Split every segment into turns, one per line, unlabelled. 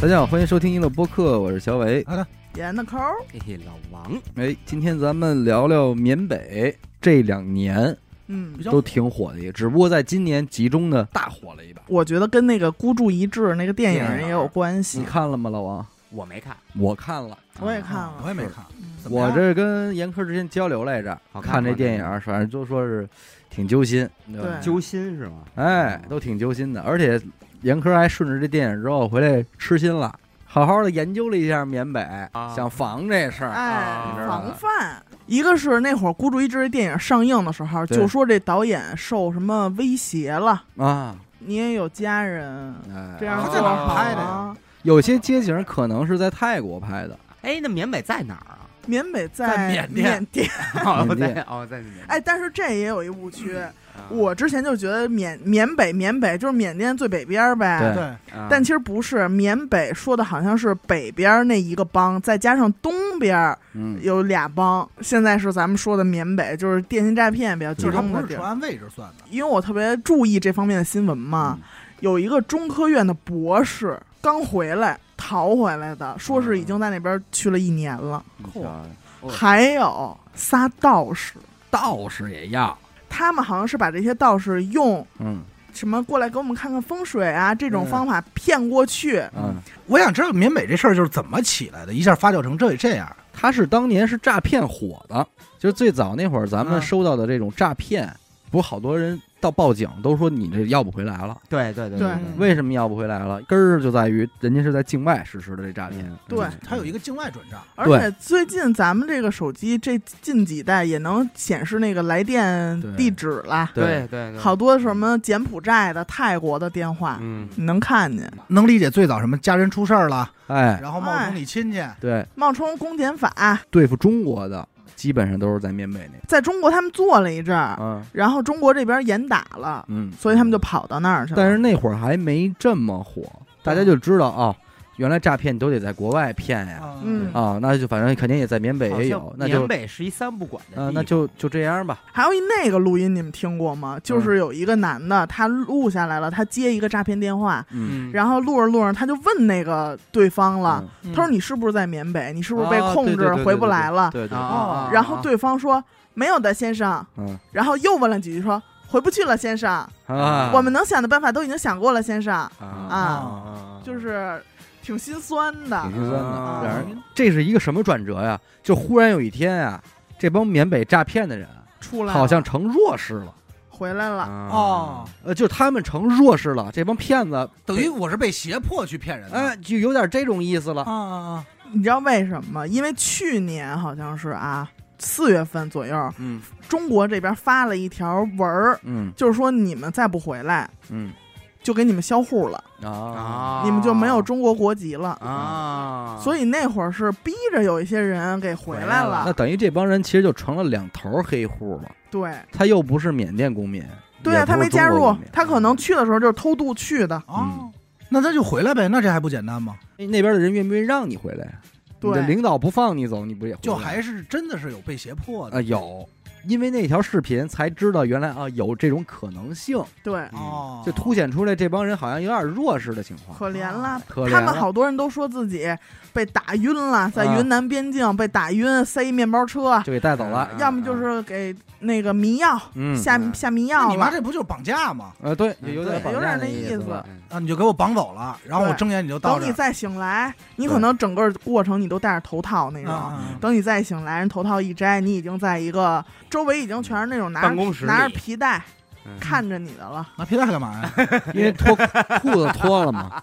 大家好，欢迎收听一乐播客，我是小伟。
演的抠，
嘿嘿，老王
哎，今天咱们聊聊缅北，这两年
嗯，
都挺火的，只不过在今年集中的大火了一把。
我觉得跟那个孤注一掷那个电影也有关
你
系。
看了吗，老王？
我没看，啊
我看了，
我也看了，嗯
我也没看。怎么
我
样
这跟严科之前交流来着，
好看
看这
吗
电影，反正就说是挺揪心，
对
揪心是吗？嗯
哎，都挺揪心的。而且严科还顺着这电影之后回来痴心了，好好的研究了一下缅北，
啊
想防这事儿。
哎
你
知，道吗
防范。一个是那会儿《孤注一掷》这电影上映的时候，
对
就说这导演受什么威胁了，
啊，
你也有家人，
哎
这样
他
做
在哪儿
好
拍的
啊
呀？
有些街景可能是在泰国拍的。
哎，那缅北在哪儿啊？
缅北
在
在
缅甸
缅甸，
哦，
缅
在
甸
哦，在缅
哎，
甸。
但是这也有一误区。
嗯
啊
我之前就觉得缅缅北缅北就是缅甸最北边儿呗，
对
对，
啊
但其实不是，缅北说的好像是北边儿那一个邦，再加上东边儿
嗯，
有俩邦，现在是咱们说的缅北，就是电信诈骗比较集
就是它
中
不
的
是
地
纯
儿。
按位置算的，
因为我特别注意这方面的新闻嘛，有一个中科院的博士刚回来逃回来的，说是已经在那边去了一年了。
酷
啊
哦
还有仨道士，
道士也要，
他们好像是把这些道士用
嗯
什么过来给我们看看风水啊这种
嗯
方法骗过去。
嗯，
我想知道缅北这事儿就是怎么起来的，一下发酵成这这样。
他是当年是诈骗火的，就是最早那会儿咱
啊
们
嗯
收到的这种诈骗，不是好多人到报警都说你这要不回来了，
对对对
对
对，
为什么要不回来了？根儿就在于人家是在境外实施的这诈骗，
嗯
对
它有一个境外转账，
而
对
且最近咱们这个手机这近几代也能显示那个来电
对
地址了，
对对
嗯
对，
好多什么柬埔寨的、泰国的电话，
嗯，
你能看见。
能理解最早什么家人出事儿了，
哎，
然后冒充你亲戚，
对，
冒充公检法，
对付中国的基本上都是在缅北那，
在中国他们做了一阵儿，
嗯
然后中国这边严打了，
嗯，
啊所以他们就跑到那儿去了。
但是那会儿还没这么火，大家就知道啊、原来诈骗都得在国外骗呀，
嗯
啊、那就反正肯定也在缅北
好
也
像
有，那就
缅北是一三不管的地
啊、
方，
那就就这样吧。
还有一那个录音，你们听过吗？
嗯
就是有一个男的，他录下来了，他接一个诈骗电话，
嗯，
嗯，
然后录着录着他就问那个对方了，
嗯，
他说：“你是不是在缅北？你是不是被
啊对
控
对
制
对
回
对
不
对
来了？”
对对，
啊啊，
然后对方说没有的，先生。
嗯
然后又问了几句说回不去了，先生。
啊，
我们能想的办法都已经想过了，先生。
啊，
啊，
啊
就是挺心酸的
挺。心酸的。
啊
让人这是一个什么转折呀？就忽然有一天啊，这帮缅北诈骗的人
出来了
好像成弱势了，
回来了，
啊
哦，，
呃，就他们成弱势了，这帮骗子
等于我是被胁迫去骗人的。
哎，就有点这种意思了。
啊啊
你知道为什么吗？因为去年好像是啊，四月份左右，
嗯
中国这边发了一条文儿，
嗯
就是说你们再不回来，
嗯
就给你们销户了，
啊
啊，
你们就没有中国国籍了。
啊，
所以那会儿是逼着有一些人给回来
回来
那
了，
等于这帮人其实就成了两头黑户了。
对，
他又不是缅甸公民，
对啊，
也不
他
是
没加
中国
入
公民，
他可能去的时候就是偷渡去的。
哦，那他就回来呗，那这还不简单吗？
哎那边的人愿不愿意让你回来呀？你的
对
领导不放你走，你不也回
就
来吗
还是真的是有被胁迫的
啊，有，因为那条视频才知道原来啊有这种可能性，
对，
哦，
就凸显出来这帮人好像有点弱势的情况，
可怜了。
可怜
他们
了
好多人都说自己被打晕了，在
啊
云南边境被打晕，塞一面包车，
就给带走了。
嗯
要么就是给那个迷药
嗯，
下
嗯
下迷
那
药
你妈
了。
这不就是绑架吗？
呃，对，
嗯
有点
对
绑
有
架
点那意
意
思
了
嗯
啊，你就给我绑走了，然后我
对
睁眼你就到
等
这
你
儿。
再醒来，你
对
可能整个过程你都戴着头套那种。
啊
等你再醒来，人头套一摘，你已经在一个周围已经全是那种拿
办
着
公室里
拿着皮带
嗯
看着你的了。
拿皮带干嘛呀？
因为脱裤子脱了嘛，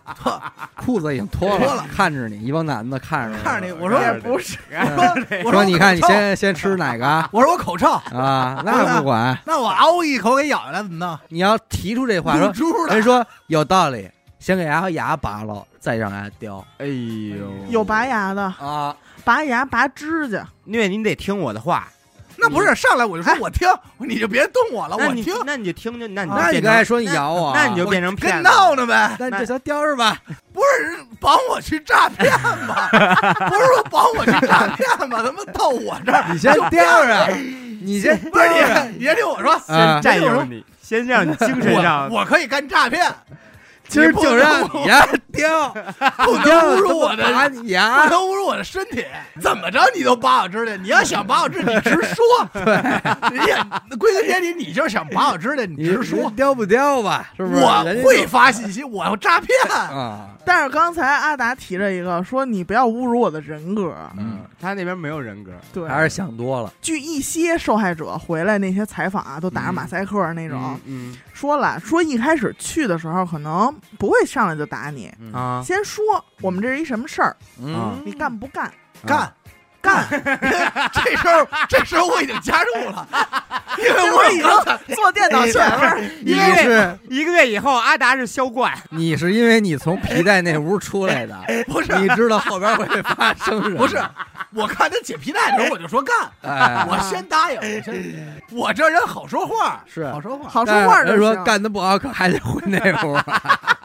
裤子已经脱了，
脱了
看着你一帮男的看着
看着你，我
对
说
也
对
不是，
说，我
说你看
口
你
臭，
先先吃哪个 啊
我说我口臭，
啊？那不管，
那我嗷一口给咬下来怎么弄？
你要提出这话
露
说，哎
珠了
人说有道理，先给牙牙拔了，再让牙叼
哎呦，
有拔牙的，
啊。
拔牙、拔指甲，
虐你得听我的话，
那不是上来我就
哎
说我听，你就别动我了，
那
我
你
听，
那你就啊听听，那你
嗯
啊
那
就
你
变
刚才
成
说你咬我，
那你就变成骗子
跟闹呢呗，
那你这叫叼着吧。
不是绑我去诈骗 吗？不是说绑我去诈骗吗？他妈到我这儿，
你先吊着， 你先
不是你，你先听我说，
啊
占有你，先让你精神上
我我可以干诈骗，
今儿就让你啊呀掉，
不能侮辱我的
打你啊
不
呀！
能侮辱我的身体，怎么着你都把我知道。你要想把我知道，你直 说。对，你也归根结底，你就是想把我知道，你
你
直
你
说。
掉不掉吧？是不是？
我
人家就
会发信息，我要诈骗。
啊，
但是刚才阿达提了一个，说你不要侮辱我的人格。
嗯，
他那边没有人格，
对，
还是想多了。
据一些受害者回来那些采访啊，都打着马赛克那种、
嗯
说了，说一开始去的时候可能不会上来就打你，
嗯啊，
先说我们这是一什么事儿，
嗯，
你干不干？
干干， 这时候这时候我已经加 入了，因为
我已
我刚才
经坐电脑前面，
你
因为
是
一个月以后，阿达是销冠，
你是因为你从皮带那屋出来的，
不是
你知道后边会发生什么？
不是，我看他解皮带的时候我就说干，
哎，
我先答应，我先，我这人好说话，
是
好说 话，
好说话
但
就是
哎说
行。
干的不好，可还得回那屋，啊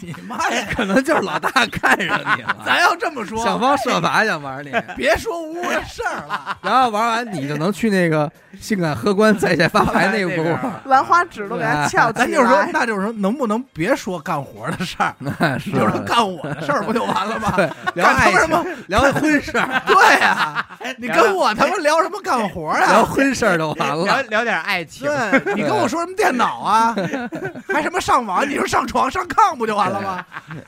你妈呀！
可能就是老大看上你了，
咱要这么
想
说，
方设法想玩你，
别说污的事 儿了，
然后玩完你就能去那个性感荷官在线发牌那屋，
兰花指都给他翘起来，
哎咱就是说，那就是说，能不能别说干活的事儿，
那 是
就说干我的事儿不就完了吗？
对 聊
干他
爱
妈什
情，
么？
聊婚事儿，
对呀，你跟我他妈聊什么干活
聊
啊？
婚事儿就完
聊
了。
聊点爱情，
对你跟我说什么电 脑啊，还什么上网？你说上床上炕不就完了吗？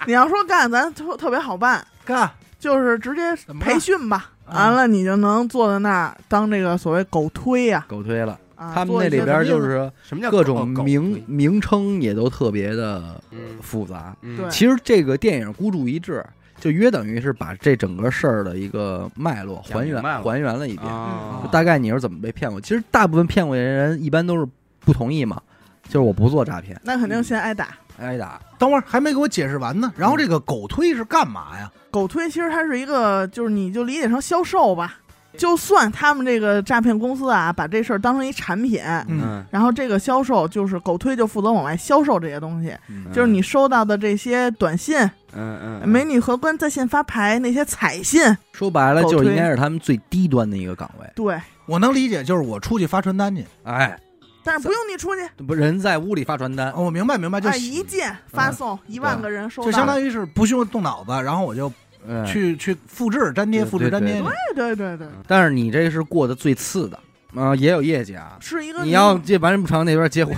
你要说干，咱特特别好办，
干，
就是直接
怎么了
培训吧，
嗯
完了你就能坐在那儿当这个所谓狗推呀、
狗推了，
啊。
他们那里边就是
什么叫
各种
狗
名，名称也都特别的
嗯
复杂。
嗯
对
其实这个电影孤注一掷，就约等于是把这整个事儿的一个脉络
讲
还
明
原
白了
还原了一遍。
啊
就，大概你是怎么被骗过？其实大部分骗过的人一般都是不同意嘛，就是我不做诈骗，
那肯定
嗯
先挨打。
挨打。
等会儿还没给我解释完呢。然后这个狗推是干嘛呀？
狗推其实它是一个，就是你就理解成销售吧。就算他们这个诈骗公司啊，把这事儿当成一产品，
嗯，
然后这个销售就是狗推就负责往外销售这些东西，
嗯
就是你收到的这些短信、
嗯嗯嗯
美女荷官在线发牌那些彩信，
说白了就是
狗推
应该是他们最低端的一个岗位。
对，
我能理解，就是我出去发传单去。
哎，
但是不用你出去，
不人在屋里发传单，
哦我明白明白，就
哎
嗯
啊，一键发送一万个人收到，
就相当于是不需要动脑子，然后我就
嗯
去去复制粘贴，
对
复制粘贴
对对。
对对对对，
嗯
但是你这是过得最次的，啊、也有业绩啊。
是一个
你要这完不成那边结婚，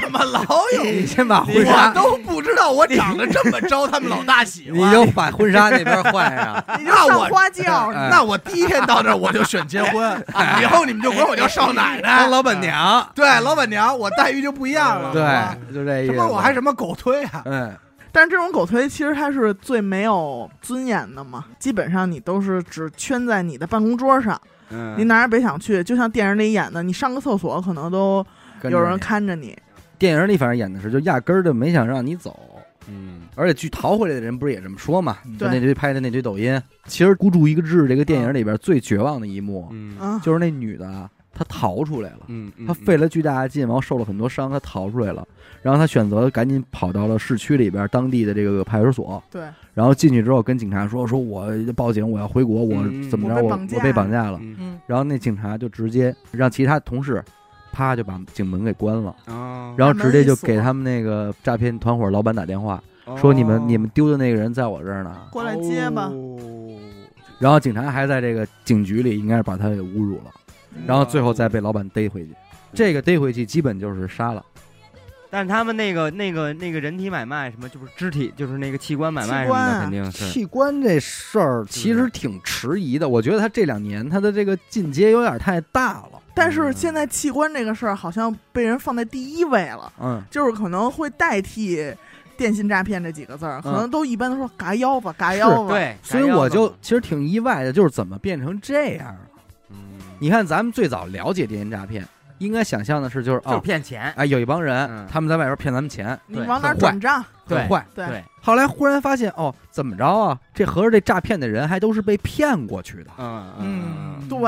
怎么老
你？先把婚纱
我，都不知道我长得这么招他们老大喜
你
欢。
就把婚纱那边换 上。
你就上花轿，
哎
那我第一天到这儿我就选结婚，以后你们就管我叫少奶
当
奶。
老板娘，
对，老板娘，我待遇就不一样了。好吧
嗯对，就这意
什
思。
么我还什么狗推啊？
嗯，
但是这种狗推其实它是最没有尊严的嘛，基本上你都是只圈在你的办公桌上，
嗯
你哪儿也别想去，就像电影里演的，你上个厕所可能都
跟着
有人
你
看着你。
电影里反正演的是，就压根儿就没想让你走。
嗯
而且据逃回来的人不是也这么说嘛？就
对
那堆拍的那堆抖音，其实《孤注一个掷》这个电影里边最绝望的一幕，
嗯
嗯，
就是那女的啊她逃出来了，
嗯嗯，
她费了巨大的劲，然后受了很多伤，她逃出来了，然后她选择赶紧跑到了市区里边当地的这个派出所，
对，
然后进去之后跟警察说：“说我报警，我要回国，我
嗯
怎么着，
我被
我
绑架
我被绑架了。
嗯
嗯，”
然后那警察就直接让其他同事，啪就把警门给关了，
哦
然后
把
直
门
接
一
就
锁
给他们那个诈骗团伙老板打电话，说你们你们丢的那个人在我这儿呢。
过来接吧。
哦
然后警察还在这个警局里，应该是把他给侮辱了，
嗯
然后最后再被老板逮回去。这个逮回去基本就是杀了，
但是他们那个那个那个人体买卖什么，就是肢体，就是那个器官买
器
卖什么
官
的，
啊
肯定嗯是
器官这事儿其实挺迟疑的。我觉得他这两年他的这个进阶有点太大了。
但是现在器官这个事儿好像被人放在第一位了，
嗯，
就是可能会代替电信诈骗这几个字儿，可能都一般都说嘎腰吧，嘎腰吧。，
对，
所以
炸药
我就
的嘛
其实挺意外的，就是怎么变成这样了。
嗯
你看，咱们最早了解电信诈骗，应该想象的是就是
嗯就是
哦，
骗钱，
哎，有一帮人
嗯
他们在外边骗咱们钱，
你
对
往哪儿
很
转账？
很
对
坏。
对
对，
后来忽然发现，哦，怎么着啊？这合着这诈骗的人还都是被骗过去的。
嗯嗯
嗯，
对，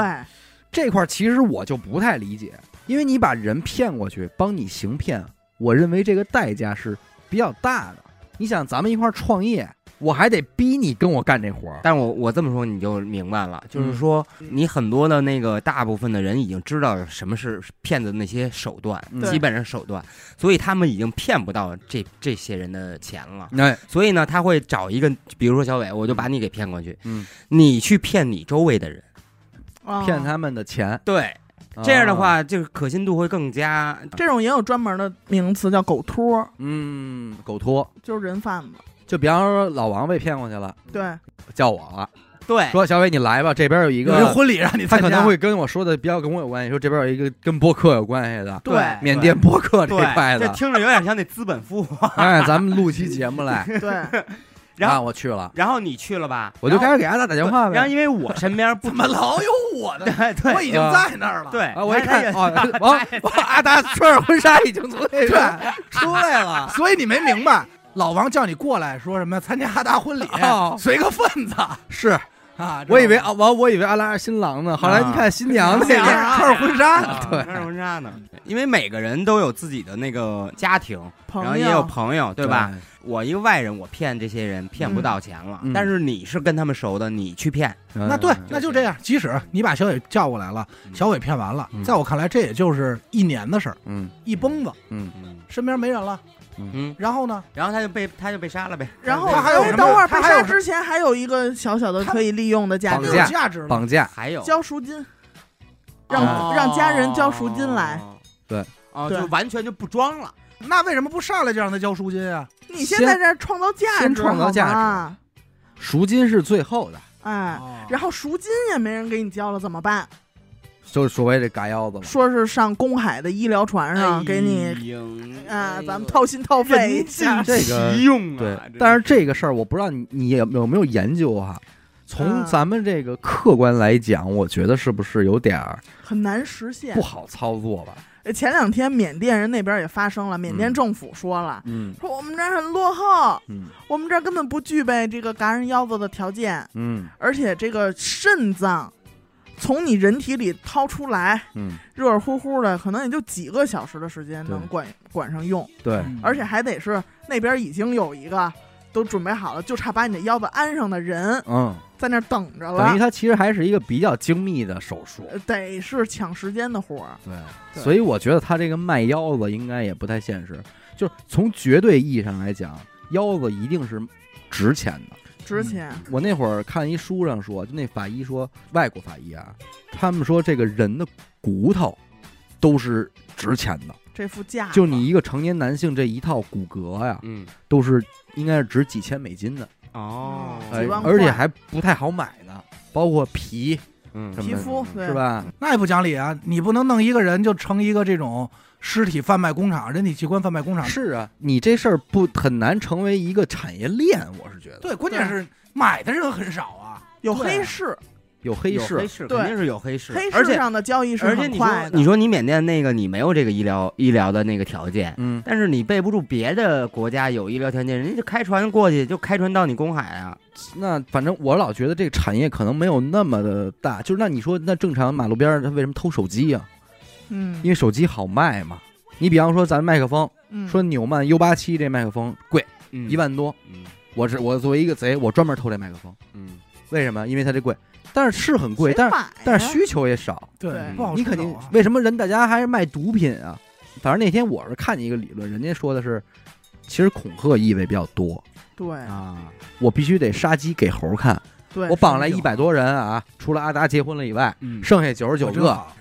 这块儿其实我就不太理解，因为你把人骗过去，帮你行骗，我认为这个代价是比较大的。你想，咱们一块儿创业，我还得逼你跟我干这 活儿。
但是我我这么说你就明白
嗯
了，就是说你很多的那个大部分的人已经知道什么是骗子的那些手段，
嗯
对
基本上手段，所以他们已经骗不到这这些人的钱了。
哎，
所以呢，他会找一个，比如说小伟，我就把你给骗过去，
嗯，
你去骗你周围的人，
啊
骗他们的钱，
对，哦这样的
啊，
话，这个可信度会更加。
这种也有专门的名词叫狗托，
嗯，狗托。
就是人贩子。
就比方说老王被骗过去了，
对，
叫我了，
对，
说小伟你来吧，这边有一
有一
个，
婚礼让你
他
参加，
可能会跟我说的比较跟我有关系，说这边有一个跟播客有关系的，
对
缅甸播客这
哎对
块
这
的，
听着有点像那资本富。
哎，咱们录期节目来，
对，
然
啊，
后，
我去了，
然后你去了吧，
我就
然
开
后
始给他打打电话
然后
呗，
因为我身边不
怎么老有我 呢？
对
我
对
已经
嗯
在那儿了。，
对，
啊，我一
他
看
哎也，
哦，王王阿达穿着婚纱已经从那边出来了，
所以你没明白，老王叫你过来说什么参加哈达婚礼
哦，
随个份子啊
是。
知道吗
我以为啊，王，我以为阿拉是新郎呢，后来一看新娘 那
那
边
样
儿
啊穿着婚纱呢，
啊穿着婚纱呢，因为每个人都有自己的那个家庭，然后
朋
也有
友，
朋友，对吧？？我一个外人，我骗这些人骗不到钱了
嗯，
但是你是跟他们熟的，你去骗，
那
那对，
嗯
那就这样。即使你把小伟叫过来了，
嗯
小伟骗完了
嗯，
在我看来，这也就是一年的事儿，
嗯
一蹦子，
嗯，
嗯
身边没人了。
嗯，
然后呢，
然后他就被他就被杀了呗。
然后哎
他还有什么
等会儿被
他还有
杀
什么
之前，还有一个小小的可以利用的价
绑
没
值
有，
架
价值了。
绑架，
还有
交赎金，
哦
让让家人交赎金来。。
对，
哦，
对
就完全就不装了。
那为什么不上来就让他交赎金啊？
你先在这儿创造价值，
先创造价值
好吗，
赎金是最后的，
哎，
然
然后赎金也没人给你交了，怎么办？
就是所谓这嘎腰子嘛。
说是上公海的医疗船
哎
上嗯给你
你
啊，咱们掏心掏肺一下，
这个
急用啊。
对
真，
但是这个事儿我不知道你你有有没有研究哈、从
嗯
咱们这个客观来讲，我觉得是不是有点儿
很难实现
不。好操作吧？
前两天缅甸人那边也发生了，缅甸政府说了，
嗯
说我们这儿很落后，
嗯
我们这儿根本不具备这个嘎人腰子的条件，
嗯
而且这个肾脏从你人体里掏出来，
嗯，
热乎乎的，可能也就几个小时的时间能
对
管管上用，
对，
嗯
而且还得是那边已经有一个都准备好了，就差把你的腰子安上的人
嗯，
在那儿等着
等
了
于，它其实还是一个比较精密的手术。
呃得是抢时间的活儿。
对，
对
所以我觉得他这个卖腰子应该也不太现实。就是从绝对意义上来讲，腰子一定是值钱的。
之前
我那会儿看一书上说，就那法医说，外国法医啊，他们说这个人的骨头都是值钱的，
这副架，
就你一个成年男性这一套骨骼呀，
嗯
都是应该是值几千美金的，哎
哦，
嗯几万块
而且还不太好买呢，包括皮
嗯
什么
皮肤
是？吧？
那也不讲理啊！你不能弄一个人就成一个这种尸体贩卖工厂、人体器官贩卖工厂。
是啊，你这事儿不很难成为一个产业链，我是觉得
对，关键是买的人很少啊。
对有
对
黑市，
有黑
有
市
黑，市
对
肯定是有黑市，
黑
而
市
且
上的交易是
而且
很
你
快
说
的。
你说你缅甸那个你没有这个医疗医疗的那个条件，
嗯，
但是你备不住别的国家有医疗条件，人家就开船过去就开船到你公海啊，
那反正我老觉得这个产业可能没有那么的大，就是那你说那正常马路边儿他为什么偷手机呀、
嗯，
因为手机好卖嘛。你比方说咱麦克风，
嗯
说纽曼 U 八七这麦克风贵
嗯
一，万多，
嗯
我是我作为一个贼，我专门偷这麦克风，
嗯，
为什么？因为它这贵，但是是很贵，
谁
但是
买呀哦
但是需求也少，
对
对
不好
你
出
肯定
手啊
为什么人大家还是卖毒品啊？反正那天我是看见一个理论，人家说的是，其实恐吓意味比较多，
对
啊，
我必须得杀鸡给猴看，
对，
我绑来
是
一百多人啊，除了阿达结婚了以外，
嗯
剩下九十九
我真
个，
好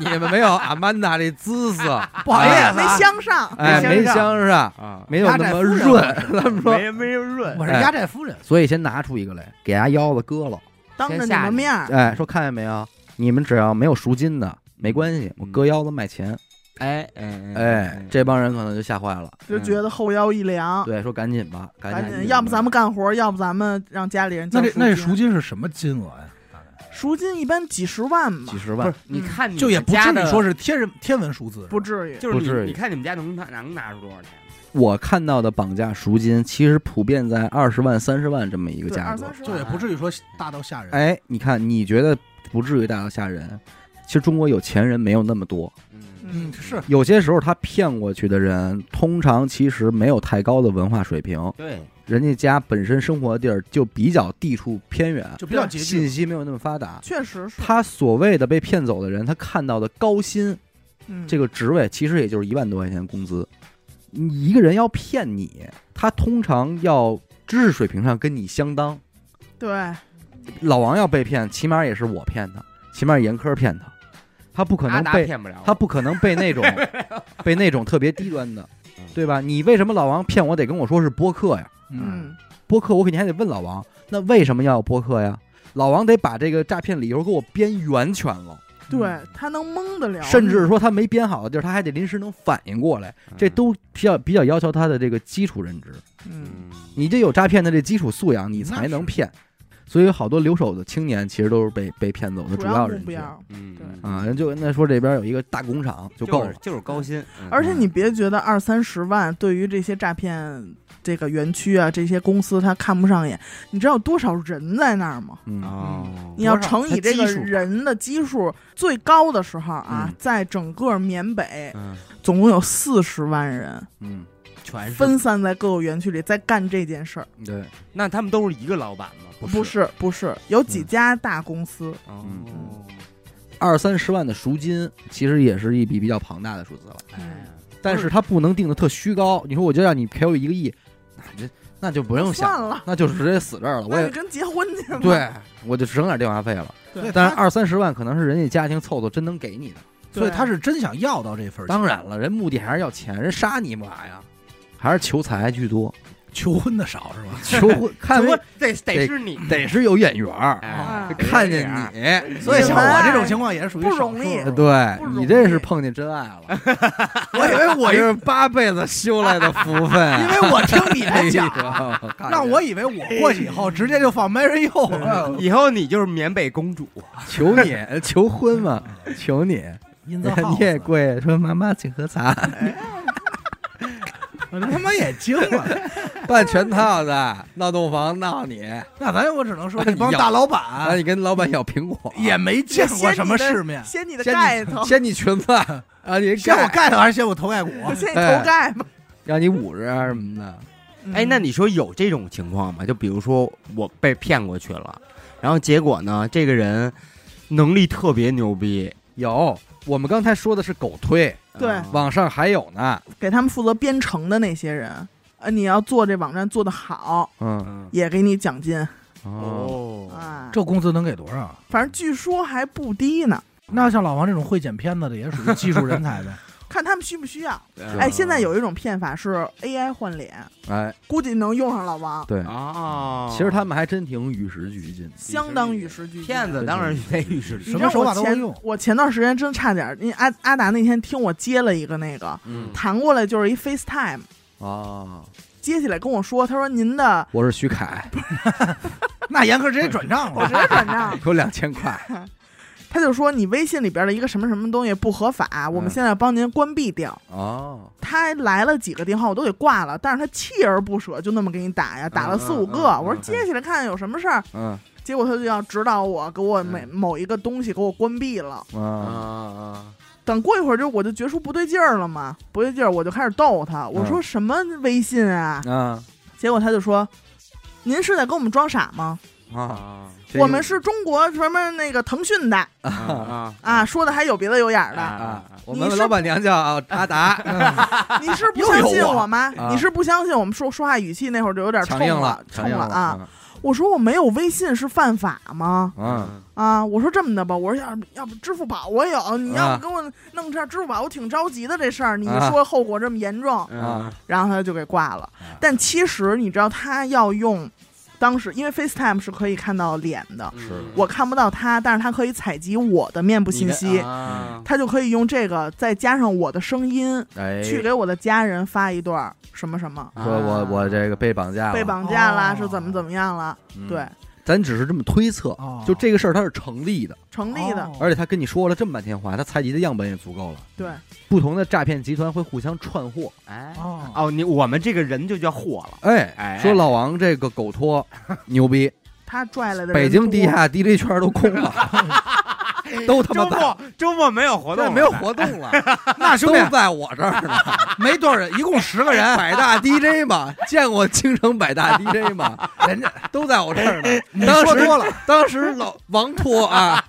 你们没有阿曼达这姿色，
不好意思啊
没相上，
哎，没
没相
相上，
啊，
没有那么润。他们说，
没没人润
我是
哎
压寨夫人，
所以先拿出一个来，给伢腰子割了，
当着
先
你
吓
们
你
面儿，
哎，说看见没有，你们只要没有赎金的。没关系，我割腰子卖钱。
哎哎
哎，这帮人可能就吓坏了。
就觉得后腰一凉，
对，说赶紧吧，赶
啊赶
紧，
紧，要不咱们干活，要不咱们让家里人交
那这那这赎
金，
金是什么金额呀？
赎金一般几十万吧
几，十
不
万
是，你看你
就也不至
家
于
的
说是天人天文数字，
不至于。
就是
不至于
你你看你们家能拿能拿出多少钱？
我看到的绑架赎金其实普遍在二十万、三十万这么一个
对，
价
二
格
三。十
就也
万，
不至于说大到吓人。
哎，你看，你觉得不至于大到吓人？其实中国有钱人没有那么多，
嗯
嗯，是
有些时候他骗过去的人，通常其实没有太高的文化水平，
对，
人家家本身生活的地儿就比较地处偏远，
就比较拮据
信。息没有那么发达。
确实是
他所谓的被骗走的人，他看到的高薪这
个
个职位，其实也就是一万多块钱工资。你一个人要骗你，他通常要知识水平上跟你相当。
对
老王要被骗，起码也是我骗他，起码严科骗他，他不可
阿
能
达
被
骗不了我，
他不可能被 那种被那种特别低端的
嗯，
对吧？你为什么老王骗我得跟我说是播客呀？
嗯
播客我肯定还得问老王，那为什么要有播客呀？老王得把这个诈骗理由给我编圆全了，
对，他能蒙得了，
甚至说他没编好的地儿，他还得临时能反应过来，
嗯
这都比较比较要求他的这个基础认知。
嗯
嗯
你这有诈骗的这基础素养，你才能骗。所以有好多留守的青年其实都是被被骗走的主
主
要
目
人群。
标。
嗯
对
啊，人就跟他说这边有一个大工厂就够
就
了
是，就是高薪，嗯
而且你别觉得二三十万对于这些诈骗这个园区啊这些公司他看不上眼，你知道有多少人在那儿吗？
嗯，
哦，
你要
多少
乘以这个
它基数
人的基数最高的时候啊，
嗯
在整个缅北
嗯，
总共有四十万人
嗯，
全是
分散在各个园区里在干这件事儿。
对，
那他们都是一个老板吗？
不
是，
是不是，有几家大公司，
哦
嗯，二三十万的赎金其实也是一笔比较庞大的数字了，
嗯
哎
但是它不能定的特虚高。你说我就让你赔我一个亿，那这那就不用想
嗯算了
那就直接死这儿了。我
那
也
就跟结婚去吧。
对，我就省点电话费了。
对
所以
但是
他，
二三十万可能是人家家庭凑凑真能给你的，
所
对
以他是真想要到这份儿钱。
当然了，人目的还是要钱，人杀你干嘛呀？还是求财居多，
求婚的少是吧？
求婚 看
不
我
过得得是你，
得是有眼缘儿，
啊
哎
看见你，
所以像我这种情况也是属于
不
少
容
数
易
是吧
对
不容
你这是
易
碰见真爱了，
我以为我
这是八辈子修来的福分。
因为我听你
哎
们
呦
讲，
看
让
见
我以为我过去以后直接就放 Mary You 了。
以后你就是缅北公主，
嗯
求你求婚 嘛，求你，
阴子
你也跪，说妈妈请喝茶，
我他妈也惊 了。
办全套的，闹洞房闹你，
那咱我只能
哎
说，这帮大老
啊，
板
你跟老板咬苹果，
也没见过什么世面。
掀你的
掀
盖
你
头，
掀你裙子啊，你
先我
盖，
盖头还是先我头盖骨？
掀你头盖吧。
让你捂着啊什么的，
哎，
嗯
那你说有这种情况吗？就比如说我被骗过去了，然后结果呢，这个人能力特别牛逼，
有。我们刚才说的是狗推，
对
啊
网上还有呢，
嗯给他们负责编程的那些人，呃，你要做这网站做得好，
嗯，
嗯
也给你奖金
哦，
哦，
啊。
这工资能给多少？
反正据说还不低呢，
那像老王这种会剪片子的，也属于技术人才呗。
看他们需不需要。
哦
是
嗯
哎，现在有一种骗法是 AI 换脸，
哎，
估计能用上老王，
对，
哦
啊，
哦其实他们还真挺与时俱进的，
相当与时俱进。
骗子当然得与时
你知
俱
什
道
么手
我
法都能
前
用
我前段时间真差点儿，因为阿阿达那天听我接了一个那个，
嗯
弹过来就是一 FaceTime，
哦
啊，
接起来跟我说，他说您 的
我是徐凯，
那严哥直接转账
我
了
直。接转账，
有两千块，
他就说你微信里边的一个什么什么东西不合法，我们现在帮您关闭掉。
哦，
他来了几个电话，我都给挂了，但是他锲而不舍，就那么给你打呀，打了四五个。
嗯嗯
我说接起来看看有什么事儿，
嗯
结果他就要指导我，给我每、
嗯
某一个东西给我关闭了。
啊
啊，
啊，
等过一会儿就我就觉出不对劲儿了嘛，不对劲儿我就开始逗他，
嗯
我说什么微信啊？
啊
结果他就说。您是在跟我们装傻吗？
啊！
啊
我们是中国什么那个腾讯的
嗯
啊啊
啊，说的还有鼻子有眼儿的，
啊，我
你
们
是
老板娘叫啊阿 达，
你是不相信我吗？
有我啊
你是不相信我们说说话语气那会儿就有点冲
强硬
了，冲
强硬
啊！！我说我没有微信是犯法吗？
嗯，
啊，我说这么的吧，我说要要不支付宝我有，你要
啊
不给我弄下支付宝，我挺着急的这事儿，你
啊
说后果这么严重，
啊
啊，
然后他就给挂了
啊。
但其实你知道他要用，当时因为 FaceTime 是可以看到脸的，
是
我看不到他，但是他可以采集我的面部 信息，
啊
他就可以用这个再加上我的声音，
哎，
嗯去给我的家人发一段儿什么什么，
嗯说
啊
我我这个被绑架了，
被绑架啦，
哦
是怎么怎么样了？
嗯
对，，
咱只是这么推测，啊
哦
就这个事儿它是成立的，
成立的，
而且他跟你说了这么半天话，他采集的样本也足够了。
哦对，
不同的诈骗集团会互相串货，
哎
哦
哦，你我们这个人就叫货 了，
哎
哎，
说老王这个狗托 牛逼，
他拽来的人
北京
多
地下 DJ 圈都空了，都他
周
妈在，
末
哦
周末没有活动
这
了，
没有活动了，
那
都
兄弟
在我这儿呢。
没多少人，一共十个人，
百大 DJ 嘛， 见过京城百大 DJ 嘛，人家都在我这儿呢。当时多了，当时老王托啊，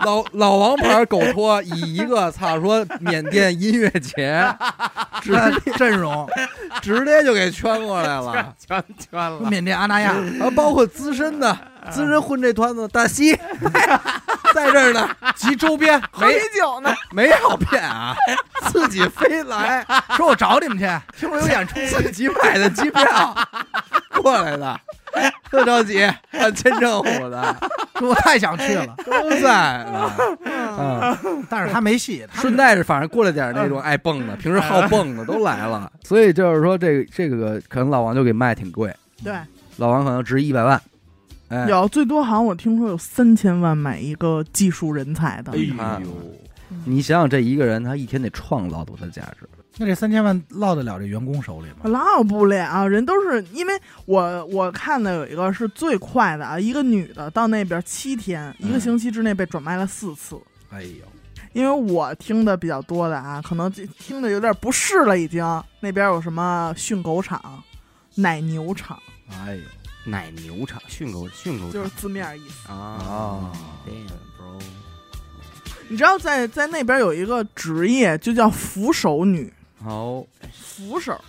老老王牌狗托以一个操说缅甸音乐节，直
阵容
直接就给圈过来了。啊，
全全了。
缅甸阿 那亚，
包括资深的资深混这团子大西，在这儿呢，
及周边，
喝
哎
啤酒呢，
没好骗啊，自己飞来，
说我找你们去，听说有演出，
自己买的机票过来的，特着急办签证我的，
说我太想去 了，
都在啊。啊
但是他没戏，他
顺带着反正过来点那种爱蹦的，平时好蹦的都来了，所以就是说这个这个可能老王就给卖挺贵，
对，
老王可能值一百万，哎，
有最多好像我听说有三千万买一个技术人才的，
哎呦你想想这一个人他一天得创造多大价值？
那这三千万落得了这员工手里吗？
落不了，啊人都是因为我我看的有一个是最快的啊，一个女的到那边七天，一个
嗯
星期之内被转卖了四次。
哎呦，
因为我听的比较多的啊，可能这听的有点不适了，已经。那边有什么训狗场、奶牛场，
哎呦，
奶牛场、训狗、训狗场
就是字面意思。
啊
啊，damn bro，
你知道在在那边有一个职业就叫扶手女，
好
扶手，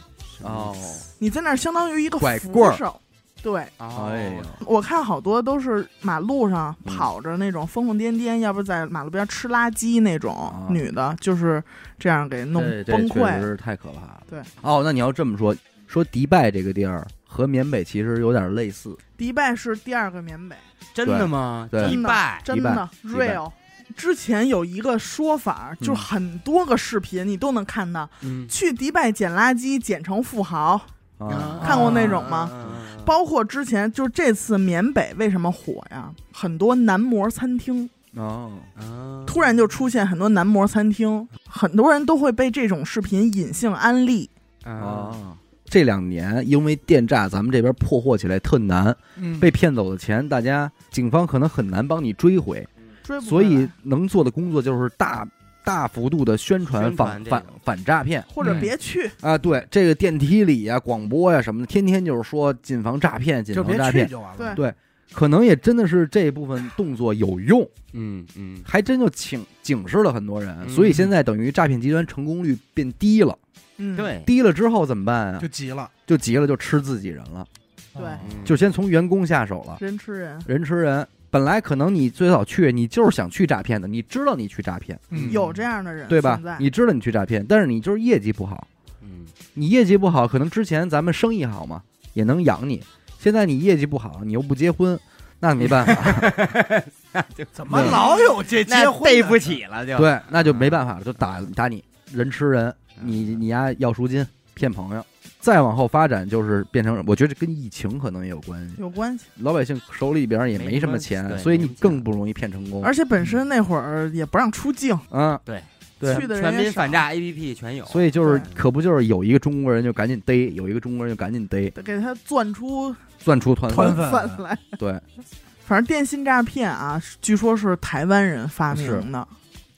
哦，
你在那儿相当于一个
拐棍
扶
儿
手。对，
哎呦，
我看好多都是马路上
嗯
跑着那种疯疯癫癫，要不在马路边吃垃圾那种、
啊
女的，就是这样给弄
这这
崩
确实
溃。
是太可怕了。
对，
哦，那你要这么说，说迪拜这个地儿和缅北其实有点类似，
迪拜是第二个缅北，
真的吗？
对
迪
真的
拜
真
迪
的
拜
real。之前有一个说法，
嗯
就是很多个视频你都能看到，
嗯
去迪拜捡垃圾捡成富豪，
啊，
看过那种吗？
啊
包括之前就是这次缅北为什么火呀？很多男模餐厅，
哦，
啊
突然就出现很多男模餐厅，很多人都会被这种视频引性安利。
啊，
哦，这两年因为电诈，咱们这边破获起来特难，
嗯
被骗走的钱，大家警方可能很难帮你追回，
追不回
所
来
以能做的工作就是大大幅度的宣传
宣
反
传这
反
种
反诈骗
或
嗯
者别去，
啊！对，这个电梯里呀、广播呀、什么的，天天就是说谨防诈骗，谨
就
防
别
诈
去
骗，
就完
对
了。
可能也真的是这部分动作有用，
嗯嗯，
还真就警警示了很多人，
嗯
所以现在等于诈骗集团成功率变低了，
嗯，，
对，
低了之后怎么办啊
就？急了。
就急了，就吃自己人了，
对
啊
嗯
就先从员工下手了。
人吃人。
人吃人。本来可能你最早去，你就是想去诈骗的，你知道你去诈骗，
嗯
有这样的人，
对吧
现在？
你知道你去诈骗，但是你就是业绩不好，
嗯
你业绩不好，可能之前咱们生意好嘛，也能养你。现在你业绩不好，你又不结婚，那没办法，
怎么老有这结
那
婚的
对不？起了就，
对，那就
嗯
没办法了，就打打你，人吃人，你你丫要赎金骗朋友。再往后发展就是变成，我觉得这跟疫情可能也有关系，
有关系，
老百姓手里边也
没
没什么
关系
钱，
对
所以
没
你
钱
更不容易骗成功。
而且本身那会儿也不让出境，
嗯，
对
对，
去的人
全
也
民
少
反，诈 APP 全有，
所以就是
对
可不就是有一个中国人就赶紧逮，有一个中国人就赶紧逮，
得给他攥 出
钻出团
团
粉。
粉
饭来。
对，
反正电信诈骗啊，据说是台湾人发明的，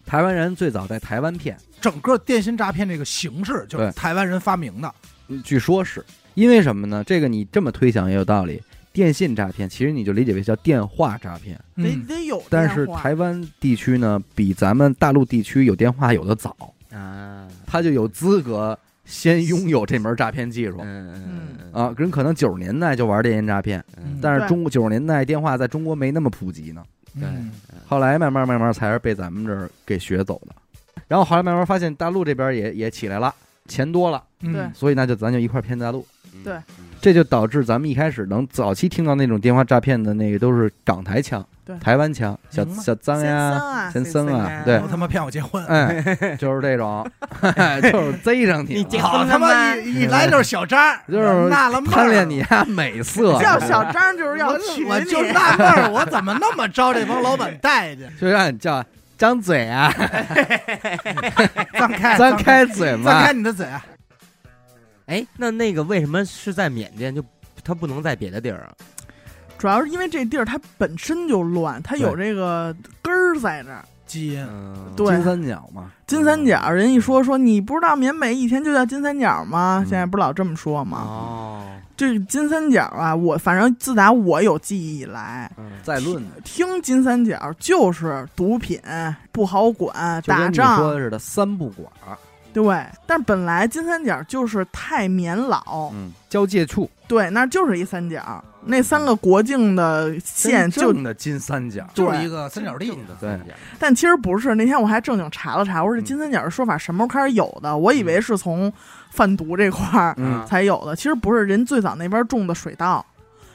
台湾人最早在台湾骗，
整个电信诈骗这个形式就是
对
台湾人发明的，
嗯据说是因为什么呢？这个你这么推想也有道理。电信诈骗其实你就理解为叫电话诈骗，
得
嗯
得有
但
电话。
是台湾地区呢，比咱们大陆地区有电话有的早，
啊，
他就有资格先拥有这门诈骗技术
嗯嗯嗯
啊。人可能九十年代就玩电信诈骗，
嗯，
但是
对
中国九十年代电话在中国没那么普及呢。
嗯
后来慢慢慢慢才是被咱们这儿给学走的，然后后来慢慢发现大陆这边也也起来了，钱多了，
嗯
对
所以那就咱就一块儿骗大陆，
嗯
对，
这就导致咱们一开始能早期听到那种电话诈骗的那个都是港台腔
对、
台湾腔、小
明白
小脏
先
呀，
生啊，
先生啊
我
对
他妈骗我结婚，
哎，就是这种，哎就是贼上你
你
了
这
好他妈一一来就是小张，
嗯就是
纳了闷儿
贪恋你呀美色，
叫小张就是要娶
我就
你，
纳闷儿，我怎么那么招这帮老板 待见？
就让你叫张嘴 啊，
张开，
张
开，
开嘴
张
嘛
开，你的嘴，
哎，那那个为什么是在缅甸就他不能在别的地儿啊？
主要是因为这地儿它本身就乱，它有这个根儿在这儿。
基因
嗯，
对
金三角嘛，
金三角，人一说说你不知道缅北以前就叫金三角吗？
嗯
现在不老这么说吗？
哦，
这金三角啊，我反正自打我有记忆以来，
嗯
再论呢
听金三角就是毒品不好管，
就
打
跟你说
仗
的似的，三不管，
对。但本来金三角就是太棉老，
嗯，交界处，
对，那就是一三角，那三个国境的线
真
就
正的金三角，
就是一个三角地，
的
对
三角，
但其实不是。那天我还正经查了查，我说这
嗯
金三角的说法什么时候开始有的？我以为是从贩毒这块儿
嗯
才有的，其实不是。人最早那边种的水稻，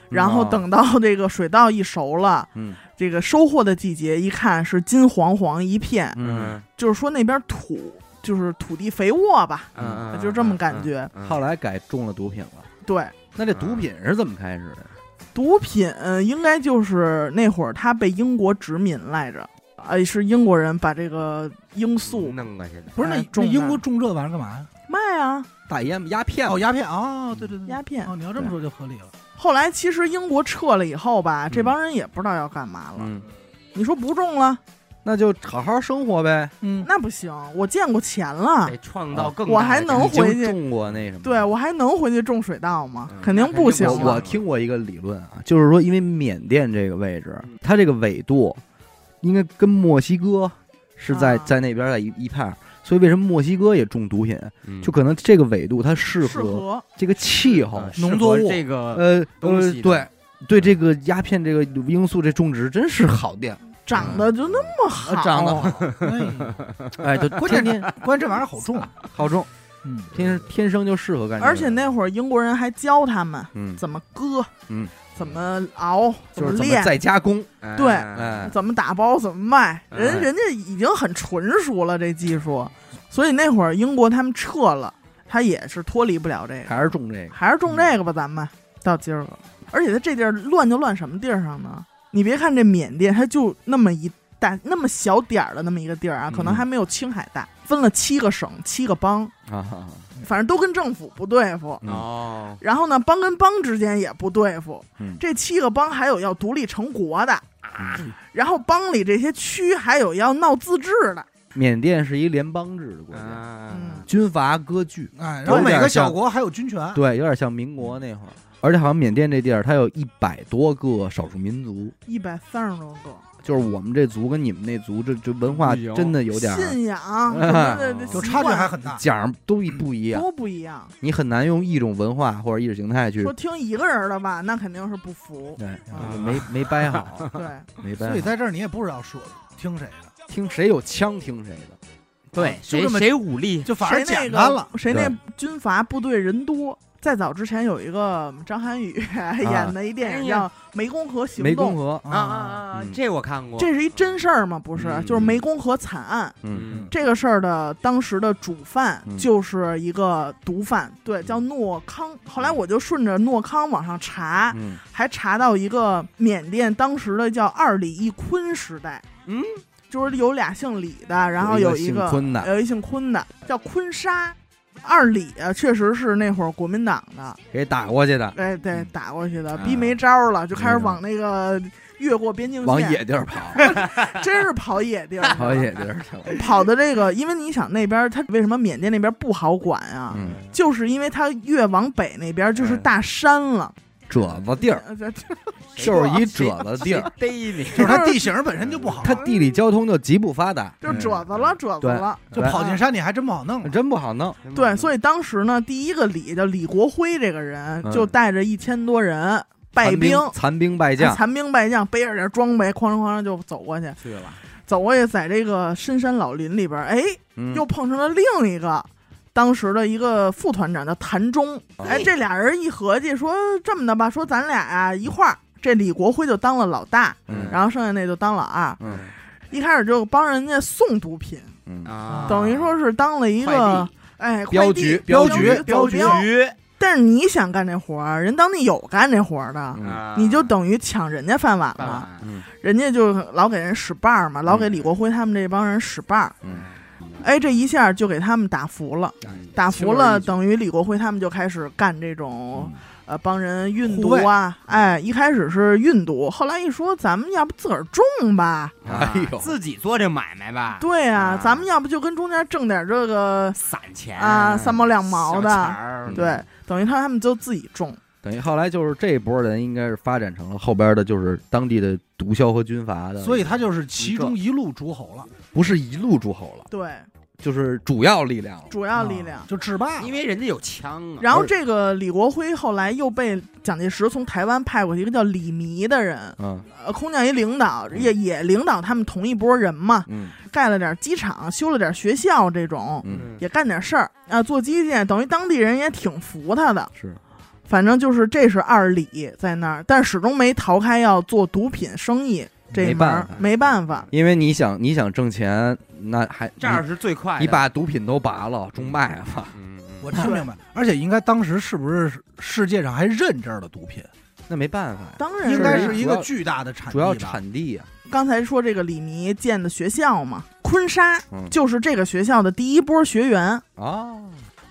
然后
哦
等到这个水稻一熟了，
嗯
这个收获的季节一看是金黄黄一片，
嗯，
就是说那边土就是土地肥沃吧，
啊
嗯，
就是这么感觉。
嗯后
好了，
来改中了毒品了。
对，
那这毒品是怎么开始的？
毒品呃应该就是那会儿他被英国殖民来着，呃，是英国人把这个罂粟
嗯
弄过去的，
不是那
哎种
那英国
的
种这玩意儿干嘛呀？
卖啊，
大烟鸦片
哦，鸦片哦，对对对，
鸦 片
哦，。你要这么说就合理了。
后来其实英国撤了以后吧，这帮人也不知道要干嘛了。
嗯，
你说不种了，
那就好好生活呗。
嗯，
那不行，我见过钱了，
哎
得创造更大的
啊我还能
已
回
经
去，
中过那什么？
对我还能回去种水稻吗
嗯？
肯定不行
我
那肯定不
了
我。听过一个理论啊，就是说，因为缅甸这个位置，它这个纬度应该跟墨西哥是在、
啊
在那边在一一派儿，所以为什么墨西哥也种毒品？
嗯
就可能这个纬度它适
适
合
合
这个气候，
嗯
农作物
适合这个
呃
东
呃
西，的
对对，这个鸦片这个罂粟这种植真是好地儿，
长得就那么好，
嗯长得
哎
哎， 就
关键
天天
关键这玩意儿好种，
好种，
嗯，
天天生就适合干这个。
而且那会儿英国人还教他们
嗯，
怎么割，
嗯，
怎么熬，
就
么
是怎么
炼，
再加工，
嗯
对
哎，
怎么打包，怎么卖，人
哎
人家已经很纯熟了这技术，所以那会儿英国他们撤了，他也是脱离不了这个，
还是种这个。
还是种这个吧，咱们到今儿个，而且他这地儿乱就乱什么地儿上呢？你别看这缅甸，它就那么一大那么小点儿的那么一个地儿啊，可
嗯
能还没有青海大，分了七个省七个邦，
啊，
反正都跟政府不对付。
嗯
哦，
然后呢，邦跟邦之间也不对付，
嗯
这七个邦还有要独立成国的，嗯然后邦里这些区还有要闹自治的，
缅甸是一联邦制的国家，
嗯，
军阀割据，
哎，然后每个小国还有军权，
啊
对，有点像民国那会儿。而且好像缅甸这地儿，它有一百多个少数民族，
一百三十多个
就是我们这族跟你们那族，这这文化
哎呦
真的有点儿
信仰什么的，
嗯
这
就
习
差距
惯
还很大。
讲儿都一不一样，
多不一样。
你很难用一种文化或者意识形态去
说，听一个人的吧，那肯定是 不服。
对，
啊
没没掰 好，
对，
没掰
所以
好，
在这儿你也不知道说听谁的，
听谁有枪听谁的，
对，
就
谁
这么
谁武力，
就反
谁
而
那
简单了。
个谁那军阀部队人多。再早之前有一个嗯张涵予 演的一电影
哎
叫《湄公河行
湄公
动》，
河，
啊啊啊
嗯，
这我看过，
这是一真事儿吗？不是，
嗯
就是湄公河惨案。
嗯
嗯
这个事儿的当时的主犯
嗯
就是一个毒贩，对，叫诺康。后来我就顺着诺康往上查，
嗯，
还查到一个缅甸当时的叫二李一坤时代，
嗯，
就是有俩姓李的，然后有
有
一
一
个
个姓
呃
坤的
有一姓坤的叫坤沙。二李啊，确实是那会儿国民党的，
给打过去的，
哎，对
嗯，
打过去的，
啊
逼没招了，就开始
没招
往那个越过边境
往
线，
野地儿跑，
真是跑野 地儿，
跑野地儿 去了，
跑的这个，因为你想那边儿它为什么缅甸那边儿不好管啊？
嗯，
就是因为它越往北那边儿就是大山了，
褶子地儿，嗯
呃这这
就是一褶子地儿，
逮你，
就是它地形本身就不好，
它地理交通就极不发达，
就褶子
嗯
了，褶子了。
就跑进山里还真不好弄了。
真不好弄，
对，所
以
以当时呢，第一个李叫李国辉这个人，
嗯
就带着一千多人败
残
兵。啊
残兵败将
残兵败将，背着点装备，哐啷哐啷就走过去，
去了，
走过去，在这个深山老林里边儿，哎，
嗯
又碰上了另一个当时的一个副团长叫谭忠。哎，这俩人一合计说这么的吧，说咱俩呀、一块儿。这李国辉就当了老大，
嗯
然后剩下那就当老二。
嗯
一开始就帮人家送毒品，
嗯，
啊，
等于说是当了一个
快
哎
镖
快递
局
镖
镖局
走镖。
局，
但是你想干这活儿，人当地有干这活儿的，
嗯
你就等于抢人家饭碗
办
了。
法，
嗯
人家就老给人使绊儿嘛，老给
嗯
李国辉他们这帮人使绊儿。
嗯
哎，这一
嗯
下就给他们打服了。打服了，
轻而易举
等于李国辉他们就开始干这种呃，帮人运
嗯护
毒
卫
啊，哎，一开始是运毒，后来一说咱们要不自个儿种吧，
哎呦
啊自己做这买卖吧，
对啊
啊，
咱们要不就跟中间挣点这个
散钱
啊三毛两毛的
小钱儿
嗯
对，等于他他们就自己种，
等于后来就是这一波人应该是发展成了后边的，就是当地的毒枭和军阀的，
所以他就是其中一路诸侯了，
不是一路诸侯了，
对，
就是主要力量了。
主要力量
啊。就制霸了，
嗯因为人家有枪啊。
然后这个李国辉后来又被蒋介石从台湾派过去一个叫李弥的人，
嗯
呃，空降一领导，
嗯
也也领导他们同一波人嘛，
嗯
盖了点机场，修了点学校，这种
嗯，
也干点事儿啊，做基建，等于当地人也挺服他的。
是
反正就是这是二李在那儿，但始终没逃开要做毒品生意这一
没
门
办
儿
法，嗯
没办法。
因为你想你想挣钱，那还
这儿是最快的，
你你把毒品都拔了，种麦吧，
嗯，嗯
我听明白，而且应该当时是不是世界上还认这儿的毒品？
那没办法呀，
嗯当然
应该
是
是一
主
个
要
巨大的产地
主要
吧
产地啊，
刚才说这个李弥建的学校嘛，昆沙
嗯
就是这个学校的第一波学员。
哦，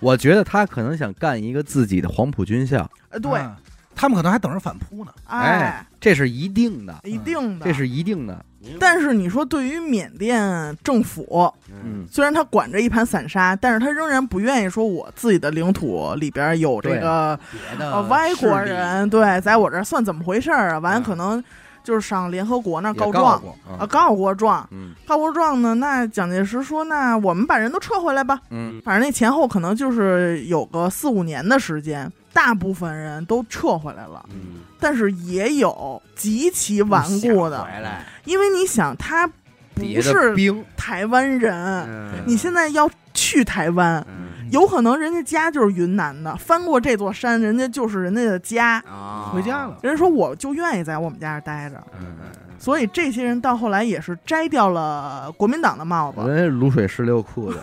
我觉得他可能想干一个自己的黄埔军校，
呃，对，
嗯他们可能还等着反扑呢。
哎，这是一定的，
一定的。
这是一定的。
但是你说对于缅甸政府，
嗯，
虽然他管着一盘散沙，但是他仍然不愿意说我自己的领土里边有这个
别的
呃外国
势力
人，对，在我这儿算怎么回事儿啊？完
嗯
可能就是上联合国那儿
也告
状
过
啊，
啊，
告国状，
嗯
告国状呢？那蒋介石说，那我们把人都撤回来吧。
嗯
反正那前后可能就是有个四五年的时间，大部分人都撤回来了，
嗯
但是也有极其顽固的
想，回来，
因为你想，他
别的
不是
兵，
台湾人，
嗯
你现在要去台湾，
嗯
有可能人家家就是云南的，翻过这座山，人家就是人家的家。
啊
回家了，
人家说我就愿意在我们家这儿待着，
嗯嗯
所以这些人到后来也是摘掉了国民党的帽 子。
人家卤水十六库的，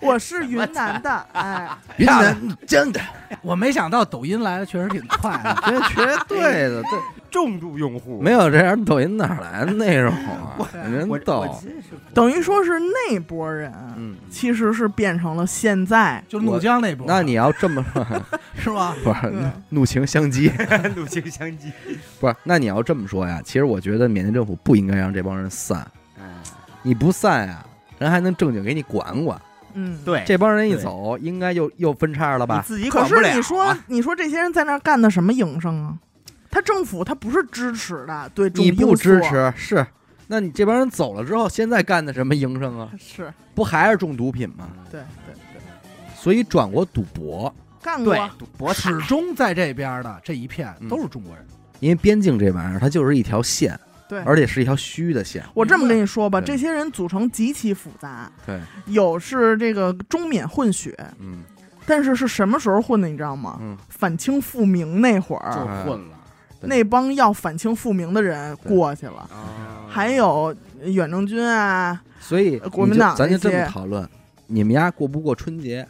我是云南的，哎，
云南真的，
我没想到抖音来的确实挺快啊的，
这绝对 的，这
嗯重度用户
没有这样抖音哪来的内容啊？人
我
逗，
等于说是那波人，
嗯，
其实是变成了现在。
就是怒江那波。
那你要这么说，
是吧？
不是
对
嗯怒情相激，
怒情相激，
不是？那你要这么说呀？其实我觉得缅甸政府不应该让这帮人散，
嗯，
你不散呀，人还能正经给你管管。
嗯，。
对，
这帮人一
对
走，应该又又分叉了
你
吧？
自己
可
管不了
是
啊
你说，你说这些人在那儿干的什么营生啊？他政府他不是支持的，对这种
你不
因素
支持是？那你这帮人走了之后，现在干的什么营生啊？
是
不还是种毒品吗？
嗯
对对对，
所以转过赌博，
干过
对，赌博
始终在这边的这一片
嗯
都是中国人，
因为边境这玩意儿它就是一条线，
对
而且是一条虚的线，
我这么跟你说吧，
对
这些人组成极其复杂，
对，
有是这个中缅混血，
嗯
但是是什么时候混的，你知道吗？
嗯，
反清复明那会
啊
就
儿，
混了
对
那帮要反清复明的人
对嗯
过去了，
啊
还有远征军啊，
所以
呃国
你
民
就
党
咱就这
这些
么讨论，你们家过不过春节，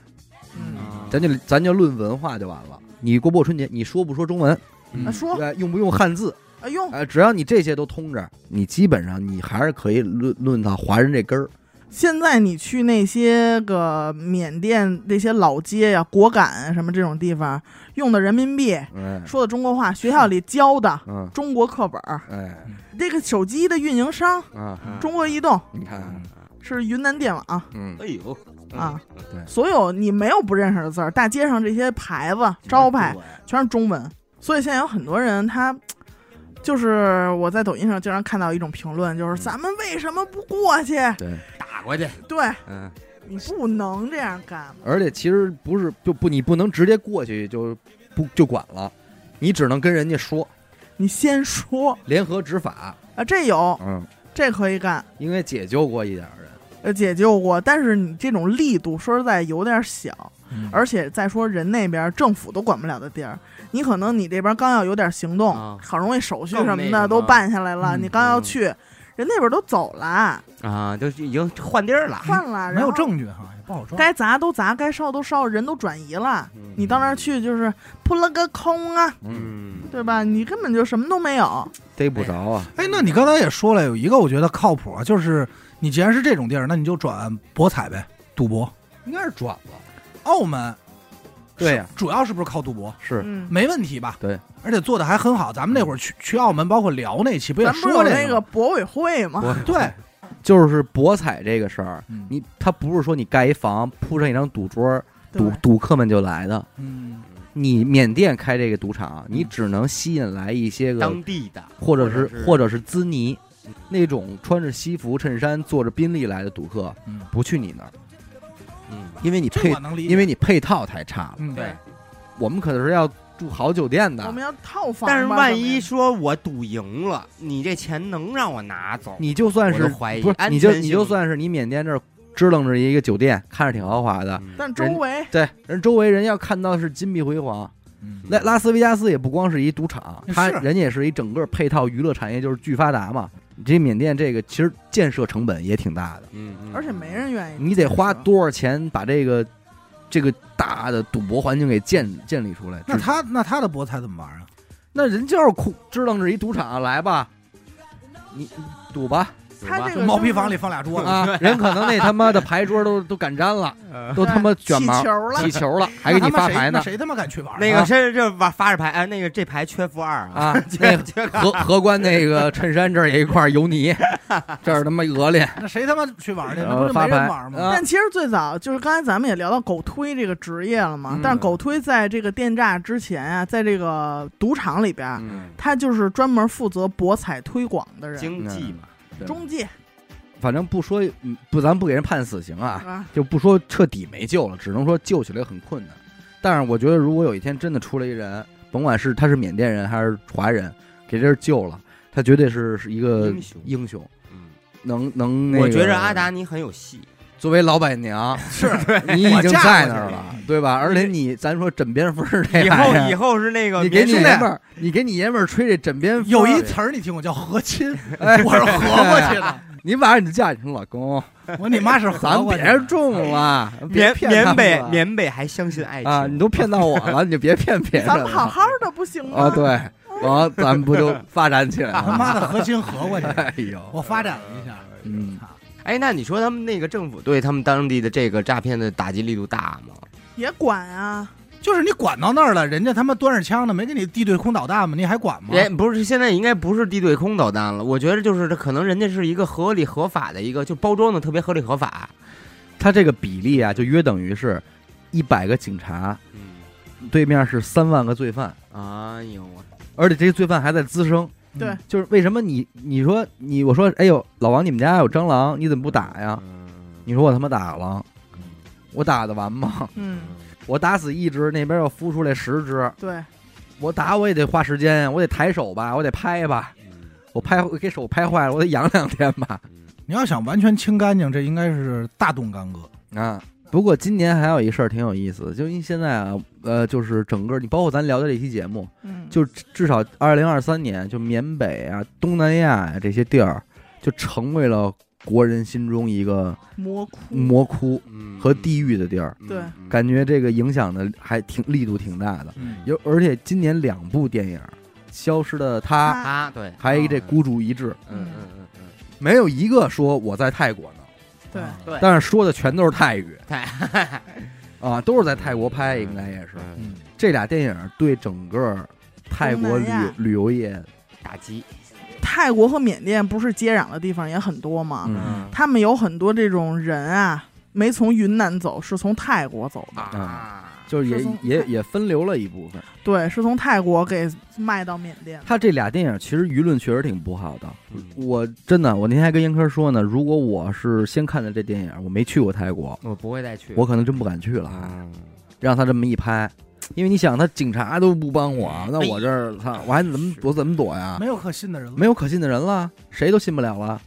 嗯，
啊
咱就咱就论文化就完了。你过不过春节，你说不说中文，
啊
嗯
说，
呃，用不用汉字，
哎呦，
呃，只要你这些都通着，你基本上你还是可以论论到华人这根儿。
现在你去那些个缅甸那些老街呀、果敢啊什么这种地方，用的人民币，
嗯
说的中国话，学校里教的
嗯
中国课本儿，
哎
这个手机的运营商
啊，
嗯
中国移动
你看，啊
是云南电网啊
嗯
哎呦
啊，
对
所有你没有不认识的字儿，大街上这些牌子招
嗯
牌，全是中文，所以现在有很多人他。就是我在抖音上经常看到一种评论，就是咱们为什么不过去？
对，
打过去，
对
嗯，
哎
你不能这样干。
而且其实不是就不你不能直接过去就不就管了，你只能跟人家说
你先说
联合执法，
啊，这有
嗯，
这可以干，
应该解救过一点人，
呃，解救过，但是你这种力度说实在有点小，
嗯
而且再说人那边政府都管不了的地儿，你可能你这边刚要有点行动，
啊
好容易手续
更
什
那
么
什么
的都办下来了，
嗯
你刚要去，人那边都走了，
啊，都已经换地儿了，
换了，
没有
然后
证据哈，也不好抓。
该砸都砸，该烧都烧，人都转移了，
嗯
你到那儿去就是扑了个空啊，
嗯，
对吧？你根本就什么都没有，
逮不着啊，
哎，那你刚才也说了，有一个我觉得靠谱啊，就是你既然是这种地儿，那你就转博彩呗，赌博。
应该是转了，
澳门
对呀，
主要是不是靠赌博？
是
嗯，
没问题吧？
对，
而且做的还很好。咱们那会儿去去澳门，包括聊那期，不也
咱不是
说
有
这
那
个
个
吗？
博委会吗？
对，
就是博彩这个事儿，
嗯
你他不是说你盖一房铺上一张赌桌，
对
赌赌客们就来的。
嗯，
你缅甸开这个赌场，你只能吸引来一些个，
当地的
嗯或者
或者
是
是
或者是兹尼，那种穿着西服衬衫、坐着宾利来的赌客
嗯，
不去你那儿，
嗯，
因为你
这
配
我，能理解。
因为你配套太差了。
嗯，
对，
我们可是要住好酒店
我
的，
们要套房吧，
但是
怎
万
么
一
样
说我赌赢了，你这钱能让我拿走？
你就算是
我都怀疑
不是
安全
你就
性
你就算是你缅甸这儿支棱着一个酒店，看着挺豪华的，
嗯
但周
人
围
对，人周围人要看到是金碧辉煌。
嗯
拉拉斯维加斯也不光是一赌场，
是
它人家也是一整个配套娱乐产业就是巨发达嘛。你这缅甸这个其实建设成本也挺大的，
嗯，嗯
而且没人愿意，
你得
啊
花多少钱把这个这个大的赌博环境给建建立出来？
那
只
他那他的博彩怎么玩啊？
那人就是哭支棱着一赌场来吧，你你赌吧
赌
他
吧
这
就
个
毛
就
坯
是
房里放俩桌子，
啊，人可能那他妈的牌桌都 都敢粘了，
嗯
都他妈卷毛
气球了
起，球了，还给你
那他
发
妈谁
牌
那
呢
谁他妈敢去玩啊？
那个这这发发着牌，哎，那个这牌缺负二 啊，
啊！那个荷荷官那个衬衫这儿也一块油泥，这儿他妈鹅脸。
那谁他妈去玩去？那
呃
不是
发
没人
牌
玩
啊
吗？
但其实最早就是刚才咱们也聊到狗推这个职业了嘛，
嗯
但是狗推在这个电诈之前啊，在这个赌场里边儿，
嗯
他就是专门负责博彩推广的人，
经济嘛，
中介
嗯反正不说，嗯不，咱不给人判死刑啊，
啊，
就不说彻底没救了，只能说救起来很困难。但是我觉得，如果有一天真的出来一人，甭管是他是缅甸人还是华人，给这人救了，他绝对是是一个
英雄
英雄
嗯，
能能、那个。
我觉着阿达尼很有戏，
作为老板娘，
是，
你已
我
经
嫁
在
过
那儿
去
了，对吧？而且你，咱说枕边风儿这
以后
玩意
以
儿
后是那个
哎 你给你
缅甸
爷们儿，你给你爷们儿吹这枕边风儿，
有一词儿你听过叫和亲，
哎，
我是合过去的。
你把你嫁你老公，
我说你妈是合
咱
过
别
去的。
中了，别
缅
骗他
缅
们
北
了
缅北还相信爱情
啊，你都骗到我了，你就别骗别人
咱们好
了
好的不行吗？
啊！对，然后咱们不就发展起来
他
了？
妈的和亲合过去，
哎呦，
我发展了一下。
嗯，
操
哎，那你说他们那个政府对他们当地的这个诈骗的打击力度大吗？
也管啊，
就是你管到那儿了，人家他妈端着枪呢，没给你地对空导弹吗？你还管吗？
也不是，现在应该不是地对空导弹了。我觉得就是可能人家是一个合理合法的一个，就包装的特别合理合法。
他这个比例啊，就约等于是一百个警察
嗯，
对面是三万个罪犯，
哎呦我，
而且这些罪犯还在滋生。
嗯
对，
就是为什么你你说你我说哎呦老王你们家有蟑螂你怎么不打呀？
嗯
你说我他妈打了，我打得完吗？
嗯，
我打死一只，那边要孵出来十只，
对，
我打我也得花时间，我得抬手吧，我得拍吧，我拍我给手拍坏了，我得养两天吧。
你要想完全清干净，这应该是大动干戈。
啊，不过今年还有一事儿挺有意思的，就因为现在啊，呃，就是整个你包括咱聊的这期节目，
嗯，
就至至少二零二三年，就缅北啊、东南亚呀、这些地儿，就成为了国人心中一个
魔窟，
魔窟
嗯
和地狱的地儿，
对
感觉这个影响的还挺力度挺大的。
嗯，
有而且今年两部电影，《消失的他》
他
啊，对，
还有一这孤注一掷，
嗯嗯嗯嗯，
没有一个说我在泰国呢。
对，
对
但是说的全都是泰语，
泰
啊，都是在泰国拍，应该也是。
嗯，
这俩电影对整个泰国旅
东南亚
旅游业，
打击，
泰国和缅甸不是接壤的地方也很多嘛，
嗯
他们有很多这种人啊，没从云南走，是从泰国走的，
啊，
就是也
是从
也也分流了一部分。
对，是从泰国给卖到缅甸的，
他这俩电影其实舆论确实挺不好的。
嗯
我真的，我那天还跟严科说呢，如果我是先看的这电影，我没去过泰国，
我不会再去，
我可能真不敢去了。
啊，
让他这么一拍，因为你想，他警察都不帮我，那我这儿操，我还怎么
是
我怎么躲呀
没？有可信的人了。
没有可信的人了，谁都信不了了。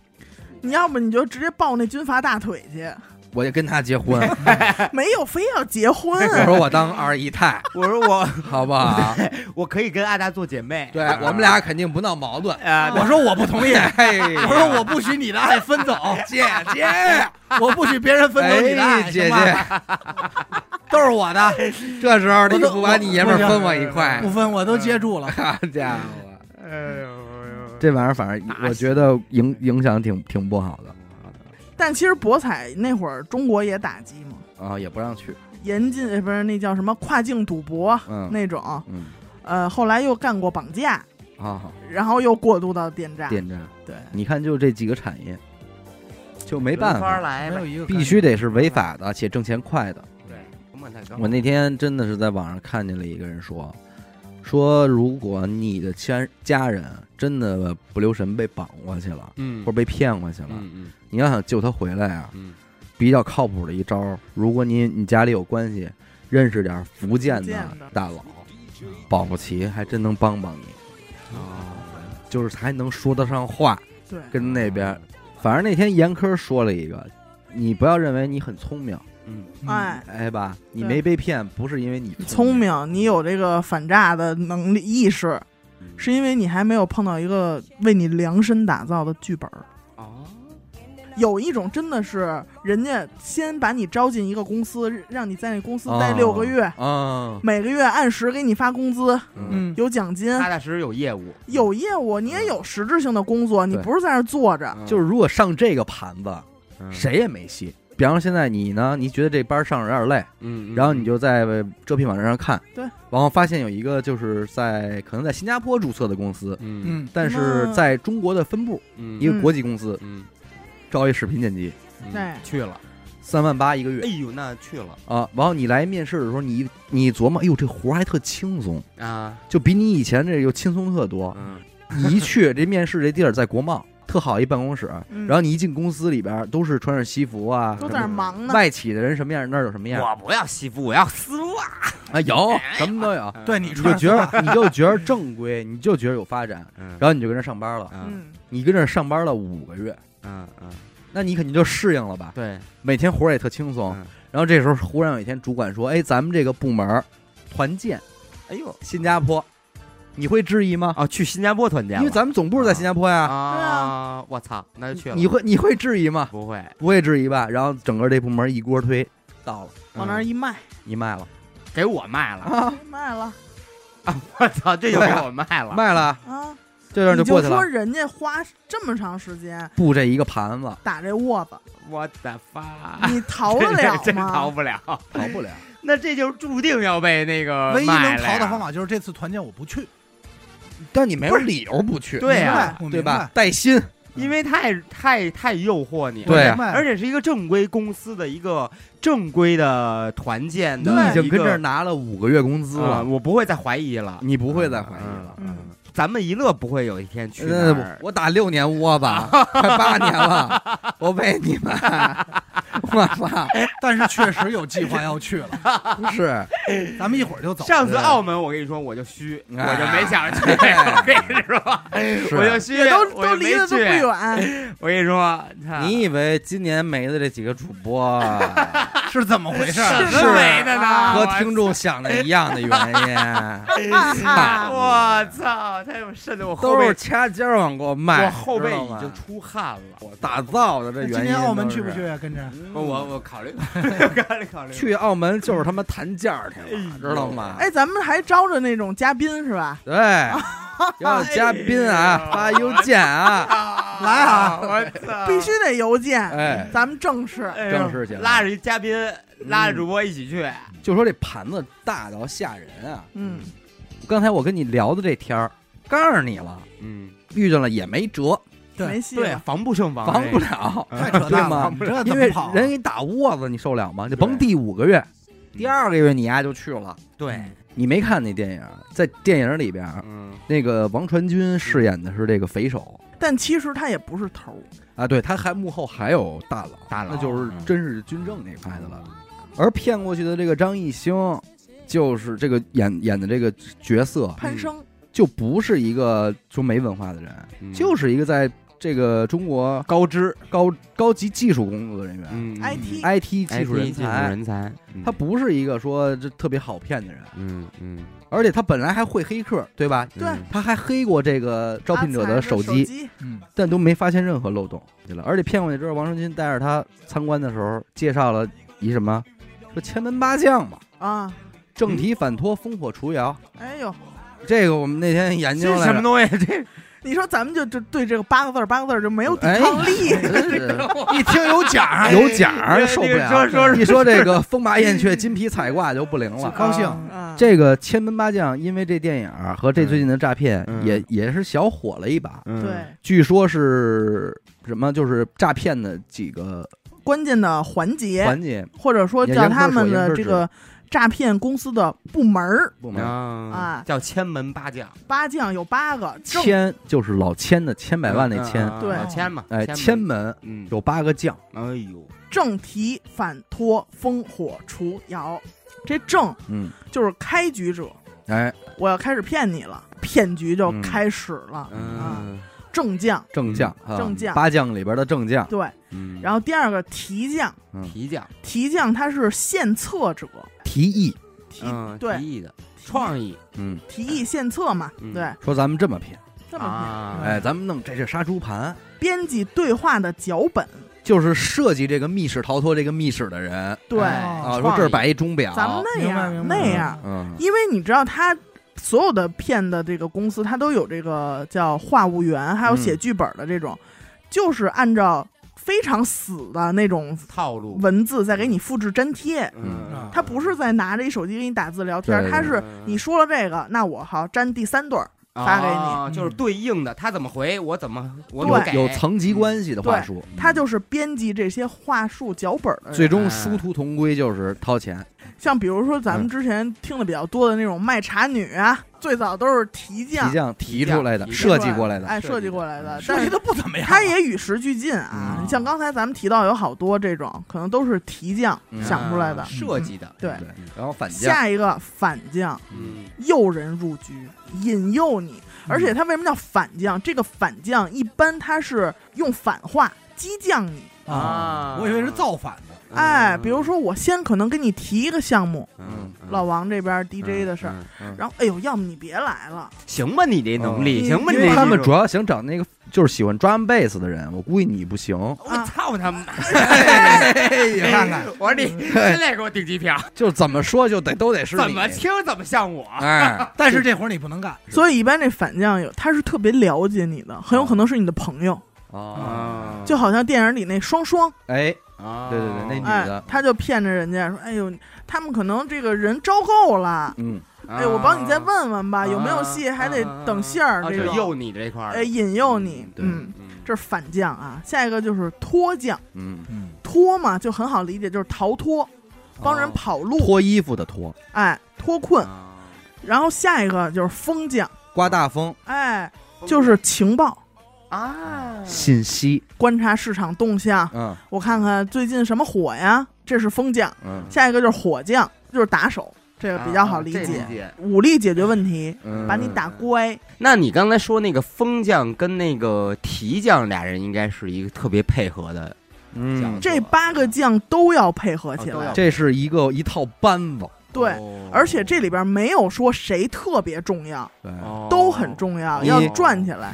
你要不你就直接抱那军阀大腿去，
我就跟他结婚，哎
没有非要结婚。
我说我当二姨太，
我说我
好不好？
我可以跟阿达做姐妹，
对我们俩肯定不闹矛盾。
啊，
我说我不同意，
哎，
我说我不许你的爱分走，
姐姐，
我不许别人分走你的爱，
哎姐
行吗
姐，
都是我的，
这时候
我
你
都
不把你爷们儿分我一块嗯
不，分我都接住了。
好家伙，
哎呦，
这玩意儿反正我觉得影影响挺挺不好的
但其实博彩那会儿中国也打击嘛，
啊，也不让去，
严禁，呃不是那叫什么跨境赌博
嗯
那种，
嗯
呃，后来又干过绑架，
啊，
然后又过渡到电诈。
电站，
对，
你看就这几个产业，就没办
法
法，
来
没
呗
有，一个
哎必须得是违法的且挣钱快的。
对，成本太高。
我那天真的是在网上看见了一个人说，说如果你的家家人真的不留神被绑过去了，
嗯
或者被骗过去了，
嗯
你要想救他回来啊，
嗯
比较靠谱的一招儿，如果你你家里有关系，认识点儿福建
福建
的
的
大佬，保不齐还真能帮帮你，
嗯啊，
就是还能说得上话，
对，
跟那边儿。反正那天严科说了一个，你不要认为你很聪明，
嗯
哎，，
哎吧，你
对
没被骗不是因为你
你聪，明，你有这个反诈的能力意识，
嗯
是因为你还没有碰到一个为你量身打造的剧本儿。
哦，
有一种真的是人家先把你招进一个公司，让你在那公司待
哦
六个月，
啊，
每个月按时给你发工资，
嗯，
有奖金，
踏踏实实有业务，
有业务，你也有实质性的工作，你
对
不是在那儿坐着。
就是如果上这个盘子，
嗯
谁也没戏。比方说现在你呢，你觉得这班上着有点累，
嗯，嗯
然后你就在招聘网站上看，
对
然后发现有一个就是在可能在新加坡注册的公司，
嗯
嗯，
但是在中国的分部，
嗯
一个国际公司
嗯
招一视频剪辑，
嗯
对
去了，
三万八一个
哎
月
呦那去了
啊。然后你来面试的时候，你你琢磨，哎呦这活儿还特轻松，
啊，
就比你以前这又轻松特多。
嗯
你一去这面试这地儿在国 贸，特好一办公室，
嗯
然后你一进公司里边都是穿着西服啊，
都在那儿忙呢，
外企的人什么样那儿有什么样
嗯我不要西服，我要丝袜。
啊，
哎
有什么都 有。
嗯
对你
你就
穿
觉得你就觉得正规，你就觉得有发展，
嗯
然后你就跟这上班了。
嗯
嗯，
你跟这上班了五个月，
嗯嗯，
那你肯定就适应了吧？
对，
每天活儿也特轻松
嗯。
然后这时候忽然有一天，主管说：“哎，咱们这个部门儿团建
哎呦
新加坡，你会质疑吗？
啊，去新加坡团建
因为咱们总部在新加坡呀，
啊，我操，那就去了。
你会你会质疑吗？
不会
不会质疑吧？然后整个这部门一锅推到了，
往那儿一卖，哎
你卖了，
嗯给我卖了？
卖了
我操，这就给我啊卖了。
卖了，
啊！
就这样
你
过
就
去
说
了。
人家花这么长时间
布这一个盘子，
打这窝子，
我的妈！
你逃得了
真逃
吗？
不了。
逃不了。
那这就注定要被那个
唯一
卖
能
了
逃
呀
的方，法就是这次团建我不去，
但你没有理由不去，
对呀、
我明白
对吧？？带薪，
因为太太太诱惑你了，
对啊
而
且
且是一个正规公司的一个正规的团建
你
的，
已经跟这儿拿了五个月工资
啊、
了，
我不会再怀疑了，
你不会再怀疑了。
嗯。嗯咱们娱乐不会有一天去那
呃
儿，
我打六年窝 吧，快八年了，我为你们， 我操，
但是确实有计划要去 了，
不 是，
咱们一会儿就走。
上次澳门，我跟你说，我就虚，我
哎
就没想去。我跟你说，我就虚，
也都
我
都
就
离得
没
都不
去。
远，
我跟你说，
你以为今年没的这几个主 播
是怎么回事？啊
什
是啊
么没的呢？
和
我
听众想的一样的原 因，
啊
我操！他有瘆得我后
啊都
背
是，掐尖儿往过迈，
我后
知
背
道
已
吗
经出汗了。我
打造的这
那
原因。
今年澳门去不？去啊？跟着
我我考虑考虑考虑。
嗯去澳门就是他妈谈价儿去了，
哎
知道吗？
哎，咱们还招着那种嘉宾是吧？
对， 要嘉宾啊，发邮件啊，
来啊！
我操！
必须得邮件，
哎，
咱们正式。
哎呦
正式起来
拉着一嘉宾，拉着主播一起去。
就说这盘子大到吓人啊！
嗯，
刚才我跟你聊的这天儿，告诉你了，
嗯，
遇见了也没辙，
对
没戏
对，
了。
防不胜防，
防不了，
太扯淡了，你这
嗯因
怎
为
么跑啊？
人给你打窝子，你受了吗？就
对
甭第五个月，第二个月你丫就去了。
嗯对，
你没看那电影，在电影里边，
嗯，
那个王传君饰演的是这个匪首
但其实他也不是头儿，
啊，对，他还幕后还有大佬，
大佬
那就是
嗯
真是军政那派的了。而骗过去的这个张艺兴，就是这个演演的这个角色，
潘生
就不是一个说没文化的人，
嗯
就是一个在这个中国高知高高级技术工作的人员、
嗯
IT
IT 技术人才，
人嗯才，
他不是一个说这特别好骗的人，
嗯嗯，
而且他本来还会黑客，对吧？
对
嗯
他还黑过这个招聘者
阿才
的
的
手
机，
机，
嗯，
但都没发现任何漏洞对了。而且骗过去之后，王传君带着他参观的时候，介绍了一什么，说前门八将
嗯
嘛，
啊，
正题反托，烽火除妖。
哎呦，
这个我们那天研究
这
来
什
着，
么 东西？这
你说咱们就就对这个八个字儿八个字儿就没有抵
哎
抗力，
真 是
一听有奖儿，
有奖儿
哎
受不了。
说说
一说这 个风马燕雀、金皮彩挂就不灵了。
高兴
嗯
啊，
这个千门八将因为这电影儿和这最近的诈骗
嗯
也也是小火了一把，
嗯
对
据说是什么就是诈骗的几个
关键的环节，
环节
或者说叫他们的这个诈骗公司的部门儿
部门。
啊
啊，
叫千门八将，
八将有八个，正
千就是老千的千百万那千，
嗯
对
老千嘛，
哎，
门
千，门
嗯，
有八个将，
哎呦，
正提反托烽火除窑，这正
嗯，
就是开局者，
哎，
我要开始骗你了，骗局就
嗯
开始了。
嗯
正将
正将啊，
正将
八将里边的正将，
对，
嗯，
然后第二个提将，
提将，
提将他是献策者，
提议，
提
嗯，
对
提议的创意，
嗯，
提议献策嘛，
嗯
对，
说咱们这么骗，
这么
啊
骗。
哎，咱们弄这是杀猪盘，
编辑对话的脚本，
就是设计这个密室逃脱这个密室的人
对，
哎
啊，说
创
这儿
意
摆一钟表，
哦咱们那
明白明
样
白
那样，
嗯，
因为你知道他。所有的骗的这个公司，它都有这个叫话务员，还有写
嗯
剧本的这种，就是按照非常死的那种
套路，
文啊字在给你复制粘贴，
嗯，
他不是在拿着一手机给你打字聊天
对，
他是你说了这个，那我好粘第三对儿发给你，嗯
啊就是对应的，他怎么回我怎么我
对
给
有有层级关系的话术，
嗯
他就是编辑这些话术脚本的
最
人。
终殊途同归就是掏钱，
像比如说咱们之前听的比较多的那种卖茶女啊，最早都是提
提
匠
匠提出来的，
提
设
匠
计过来的，
哎，
设计
设计过来的，
设
但
计
是
的不怎么样，
他也与时俱进
嗯
啊。你像刚才咱们提到有好多这种，可能都是提匠
嗯
想出来的
啊。设计的，
对，嗯
对，然后反将，
下一个反将，
嗯，
诱人入局，引诱你。而且他为什么叫反将？这个反将一般他是用反话激将你。
啊
我以为是造反的，
哎，比如说我先可能给你提一个项目，
嗯
老王这边 DJ 的事儿，
嗯嗯嗯
然后哎呦，要么你别来了，
行吧，你这能力，
哦
行吧，
因
你
为
这
他们
技术
主要想找那个就是喜欢 drum bass 的人，我估计你不行。
我
啊
操他妈！
哎
你看看，
我说你现在给我订机票，
就怎么说就得都得是你
怎么听怎么像我。
哎，
但是这活儿你不能干，
所以一般这反将有他是特别了解你的，很有可能是你的朋友，
嗯
啊，
就好像电影里那双双，
哎，
啊
对对对那女
哎
的，
他就骗着人家说，哎呦，他们可能这个人招够了，
嗯，
哎，我帮你再问问吧，有没有戏，
啊
还得
啊
等信儿
啊
这
就
种，
诱你这块儿，
哎，引诱你，
对
嗯，
嗯，
这是反将啊。下一个就是脱将，
嗯，
嗯，
脱嘛就很好理解，就是逃脱，帮人跑路，
脱衣服的脱，
哎，脱困。
啊
然后下一个就是风将，
刮大风，
哎，就是情报。
啊，
嗯
信息，
观察市场动向，
嗯
我看看最近什么火呀？这是风将，
嗯
下一个就是火将，就是打手，这个比较好
啊
理
这
解。
解。
武力解决问题，
嗯，
把你打乖。
那你刚才说那个风将跟那个提将俩人应该是一个特别配合的，
嗯，
这八个将都要配合起
啊都
来，
要
这是一个一套班子，
对。
哦
而且这里边没有说谁特别重要，
对。
哦
都很重要，
你
要转起来。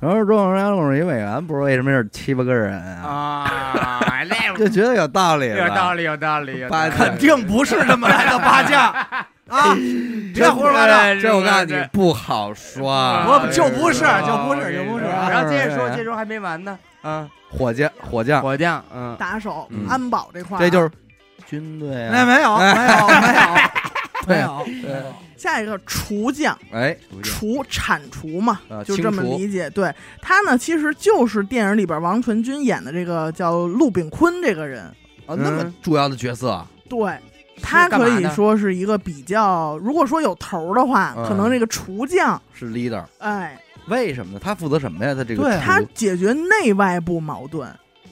然后中央人民委员不是为什么是七八个人啊？
啊， 那
就觉得有道理了，
有道
理，
理，有道理，有道
八
理
肯
肯定不是这么来的八 将啊，别胡说八道，
这我告诉你不好说。哎
我就不是
啊
就不是就不是
嗯
啊
然后接着说，接着说还没完呢。嗯，
啊火箭火
啊
箭，
火将，嗯，
打手
嗯、
安保这块儿啊，
这就是军队
那
啊。
没有没有 没
对
有没有没有，
下一个厨将，
哎，
除铲除嘛
啊，
就这么
清除
理解。对他呢，其实就是电影里边王传君演的这个叫陆炳坤这个人。
啊，那么重要的角色啊，
对，他
干嘛
可以
的
说是一个比较，如果说有头儿的话，
嗯
可能这个厨将，
是 leader，
哎，
为什么呢？他负责什么呀？他这个
对
厨
他解决内外部矛盾。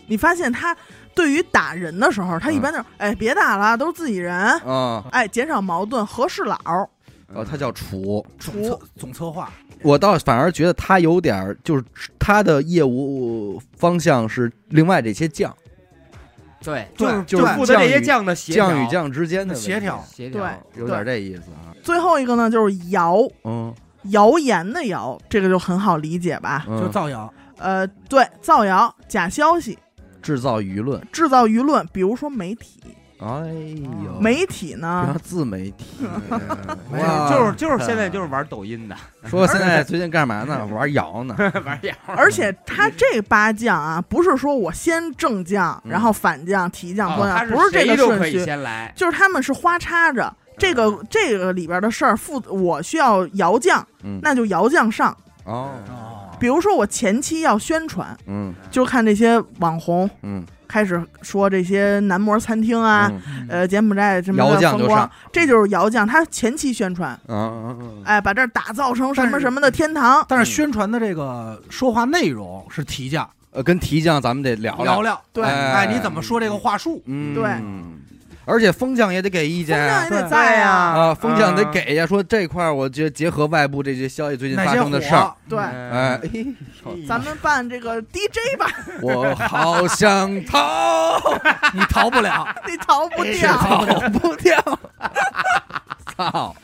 你发现他对于打人的时候，他一般就是、哎别打了，都是自己人，
啊，
哎减少矛盾，和事佬儿。
哦，他叫厨。
总策总策划，
我倒反而觉得他有点儿，就是他的业务方向是另外这些将
对，
就是
就是
对
负责这些将的协调
将与将之间的问题
协调，
协调，
有点这意思啊。
最后一个呢就是谣，
嗯，
谣言的谣，这个就很好理解吧？
嗯
就造谣，
呃，对，造谣、假消息、
制造舆论，
制造舆论，比如说媒体，
哎
嗯
呦，
媒体
不
呢
要，自媒体，
没
哇
就是就是
啊
现在就是玩抖音的，
说现在最近干嘛呢？玩摇呢，
玩样儿
而且他这八将啊，不是说我先正将，
嗯
然后反将、提将、
哦
官
他
将，
是
不是这
谁
个
都可
顺
以
序，
先嗯来，
就是他们是花插着。这个这个里边的事儿，负我需要摇将，
嗯，
那就摇将上。
哦，
比如说我前期要宣传，
嗯
就看这些网红
嗯
开始说这些男模餐厅啊，
嗯
呃，柬埔寨什么
摇
的
将
风
就
光
上，
这就是摇将，他前期宣传，
啊啊啊啊
哎，把这儿打造成什
但
么
是
什
嗯
么的天堂。
但是宣传的这个说话内容是提价，
呃，跟提将咱们得聊
聊，聊，
对
哎，
哎
你怎么说这个话术？
嗯，
对，
而且风将也得给意
风
见
向
啊
也得
对
在呀，
啊，风将得给呀，说这块儿我觉得结合外部这些消息最近
哪
发
些
生的事儿，
火？
嗯
对，
哎，嘿
咱们办这个 DJ 吧，
我好想逃，哎
你逃 不了，
你逃不掉。
逃不掉， 操，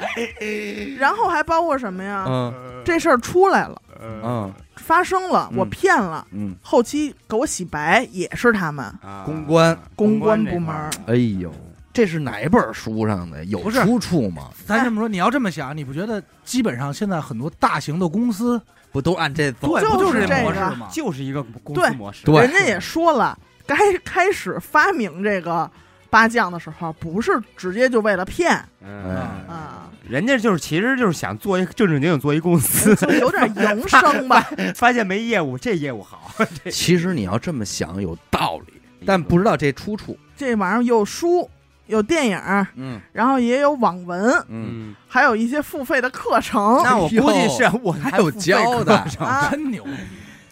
然后还包括什么呀？
嗯
这事儿出来了，
嗯
发生了，我
嗯
骗了，
嗯，
后期给我洗白也是他们
公关，
啊公
啊关
关
这
部
块
门
儿
儿。
哎呦，这是哪本书上的？有
不是
出处吗？
咱这么说，你要这么想，你不觉得基本上现在很多大型的公司
不都按这走？
对
就是
不
这
这模式
个
吗？
啊就是一个公司
对
模式，
对
人家也说了，该开始发明这个八将的时候，不是直接就为了骗
哎
嗯，
啊，
人家就是其实就是想做一个正正经经做一公司，
就有点 营生吧。
发现没业务，这嗯业务好，
其实你要这么想有道理，但不知道这出处。
这玩意儿有书，有电影，
嗯
然后也有网文，
嗯，
嗯，
还有一些付费的课 程。
那我估计是我
还有教的，
啊，
真牛！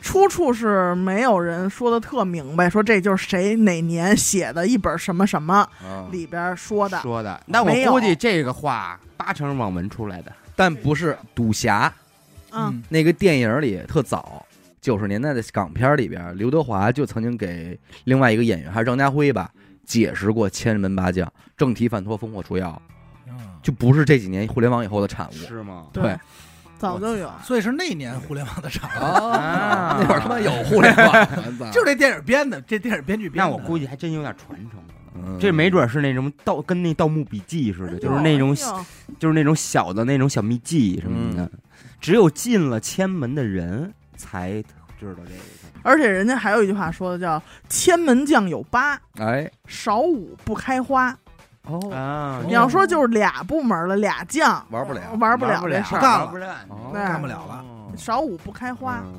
出处是没有人说的特明白，说这就是谁哪年写的一本什么什么
啊
里边说的，
说的，那我
没有
估计这个话八成是网文出来的，
但不是赌侠
嗯，
那个电影里特早。九十年代的港片里边，刘德华就曾经给另外一个演员，还是张家辉吧，解释过千门八将、正题反托、烽火除妖，
嗯
就不是这几年互联网以后的产物。
是吗？
对，
早就有。
所以是那年互联网的产物，
啊
啊
那会儿他妈有互联网，啊
就这电影编的，这电影编剧编
那
的。
我估计还真有点传承。
嗯
这没准是那种盗，跟那《盗墓笔记》似的，就是那种
哎呦
就是那种小的那种小秘籍什么的，只有进了千门的人才知道这个。
而且人家还有一句话说的叫“千门将有八，
哎
少五不开花”。
哦哎
啊
你要说就是俩部门了，俩将
玩不了
哦玩不
玩
了
不
这
了，
事
儿
儿，
干了
不了
哦
对
干不了了。
少五不开花，
嗯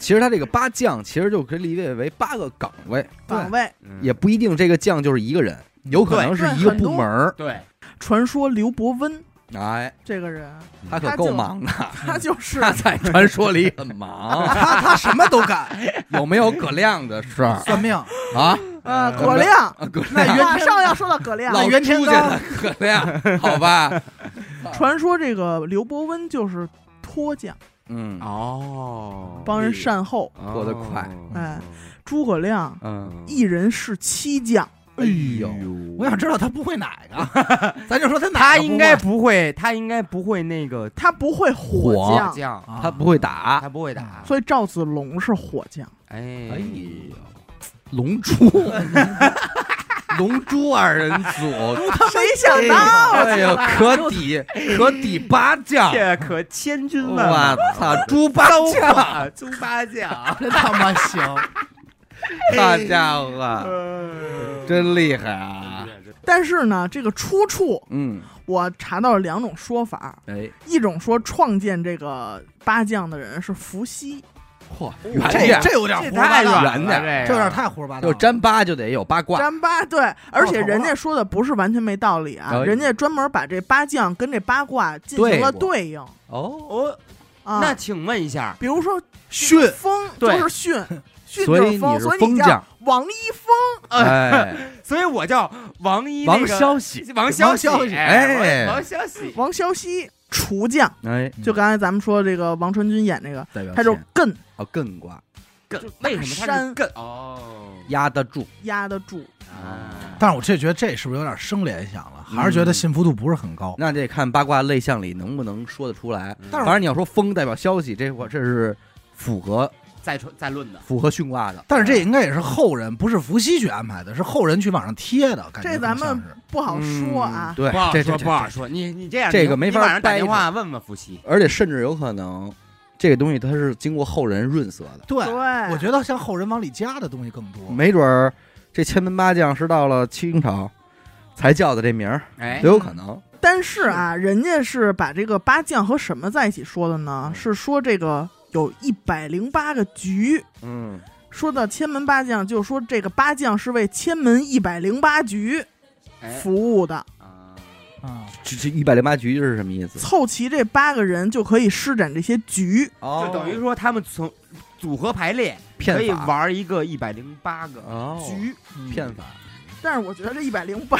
其实他这个八将其实就可以理解为八个岗位，
对
岗位。
嗯
也不一定这个将就是一个人，有可能是一个部门儿。
对，
传说刘伯温
哎，
这个人，
他可够忙的，
他就是
他在传说里很忙。
他他什么都干，
有没有葛亮的事儿
算命。
啊？
呃葛亮。
啊葛
那
亮，
原
马上要说到葛亮，
老
袁天
朱家的葛亮，好 吧？
传说这个刘伯温就是脱将，
嗯，
啊
哦，
帮人善后。
哦
过得快
哎，诸葛亮
嗯，
一人是七将，
哎呦，
我想知道他不会哪个，咱就说他哪
他
个不
应该
会
不会，他应该不会那个
他不会火
火
将，
将，
啊
他不会打
他。不会打。
所以赵子龙是火将。
哎，
哎呦，龙 珠，龙珠二人组，
谁想到
哎呦，可抵可抵八将，
这可千军万马
我操，猪八将，
啊，猪八将，
真他妈行，
好家伙，真厉害啊！
但是呢，这个出处
嗯，
我查到了两种说法，
哎，
一种说创建这个八将的人是伏羲，
嚯，
这这有点胡
这
说八
太
道了，
远
远点
了，
这有点太胡说八道
就
了。
沾八就得有八卦，
占八对，而且
头了
人家说的不是完全没道理啊，
哎
人家专门把这八将跟这八卦进行了对应
哦，
哦。
啊。
那请问一下，
比如说
训
风就
对
是训，训
所
就是
以
风，
你是
所以
风
你叫
将，
王一峰。
哎，
所以我叫王一
王
那个
消息，
王消息，
王消息
哎
王王消息，
王潇溪厨将，
哎，
就刚才咱们说这个王传君演这个，
代表
他就
钱
艮
哦艮卦
艮
就
为什么他是
山
艮？哦，
压得住，
压得住。
啊
但是我这觉得这是不是有点生联想了？还是觉得信服度不是很高。
那得看八卦类象里能不能说得出来。
嗯
反正你要说风代表消息，这我这是符合
再传再论的。
符合训卦的，
但是这应该也是后人，不是伏羲去安排的，是后人去往上贴的。感觉
这咱们不好说
嗯
啊。
对
不好
这这
说，
这
不好说。你你这样，
这
你
个没
你
法
晚上打
掰
电
扯
话问问伏羲。
而且甚至有可能这个东西它是经过后人润色的，
对，
对，
我觉得像后人往里加的东西更多。
没准儿这千门八将是到了清朝才叫的这名儿，
哎
都，有可能。
但是啊，人家是把这个八将和什么在一起说的呢？是说这个有一百零八个局，
嗯，
说到千门八将，就说这个八将是为千门一百零八局
哎
服务的，
啊，
啊，
这这一百零八局是什么意思？
凑齐这八个人就可以施展这些局。
哦
就等于说他们从组合排列
骗
可以
法
玩一个一百零八个
哦，
局，
骗法。
但是我觉得这一百零八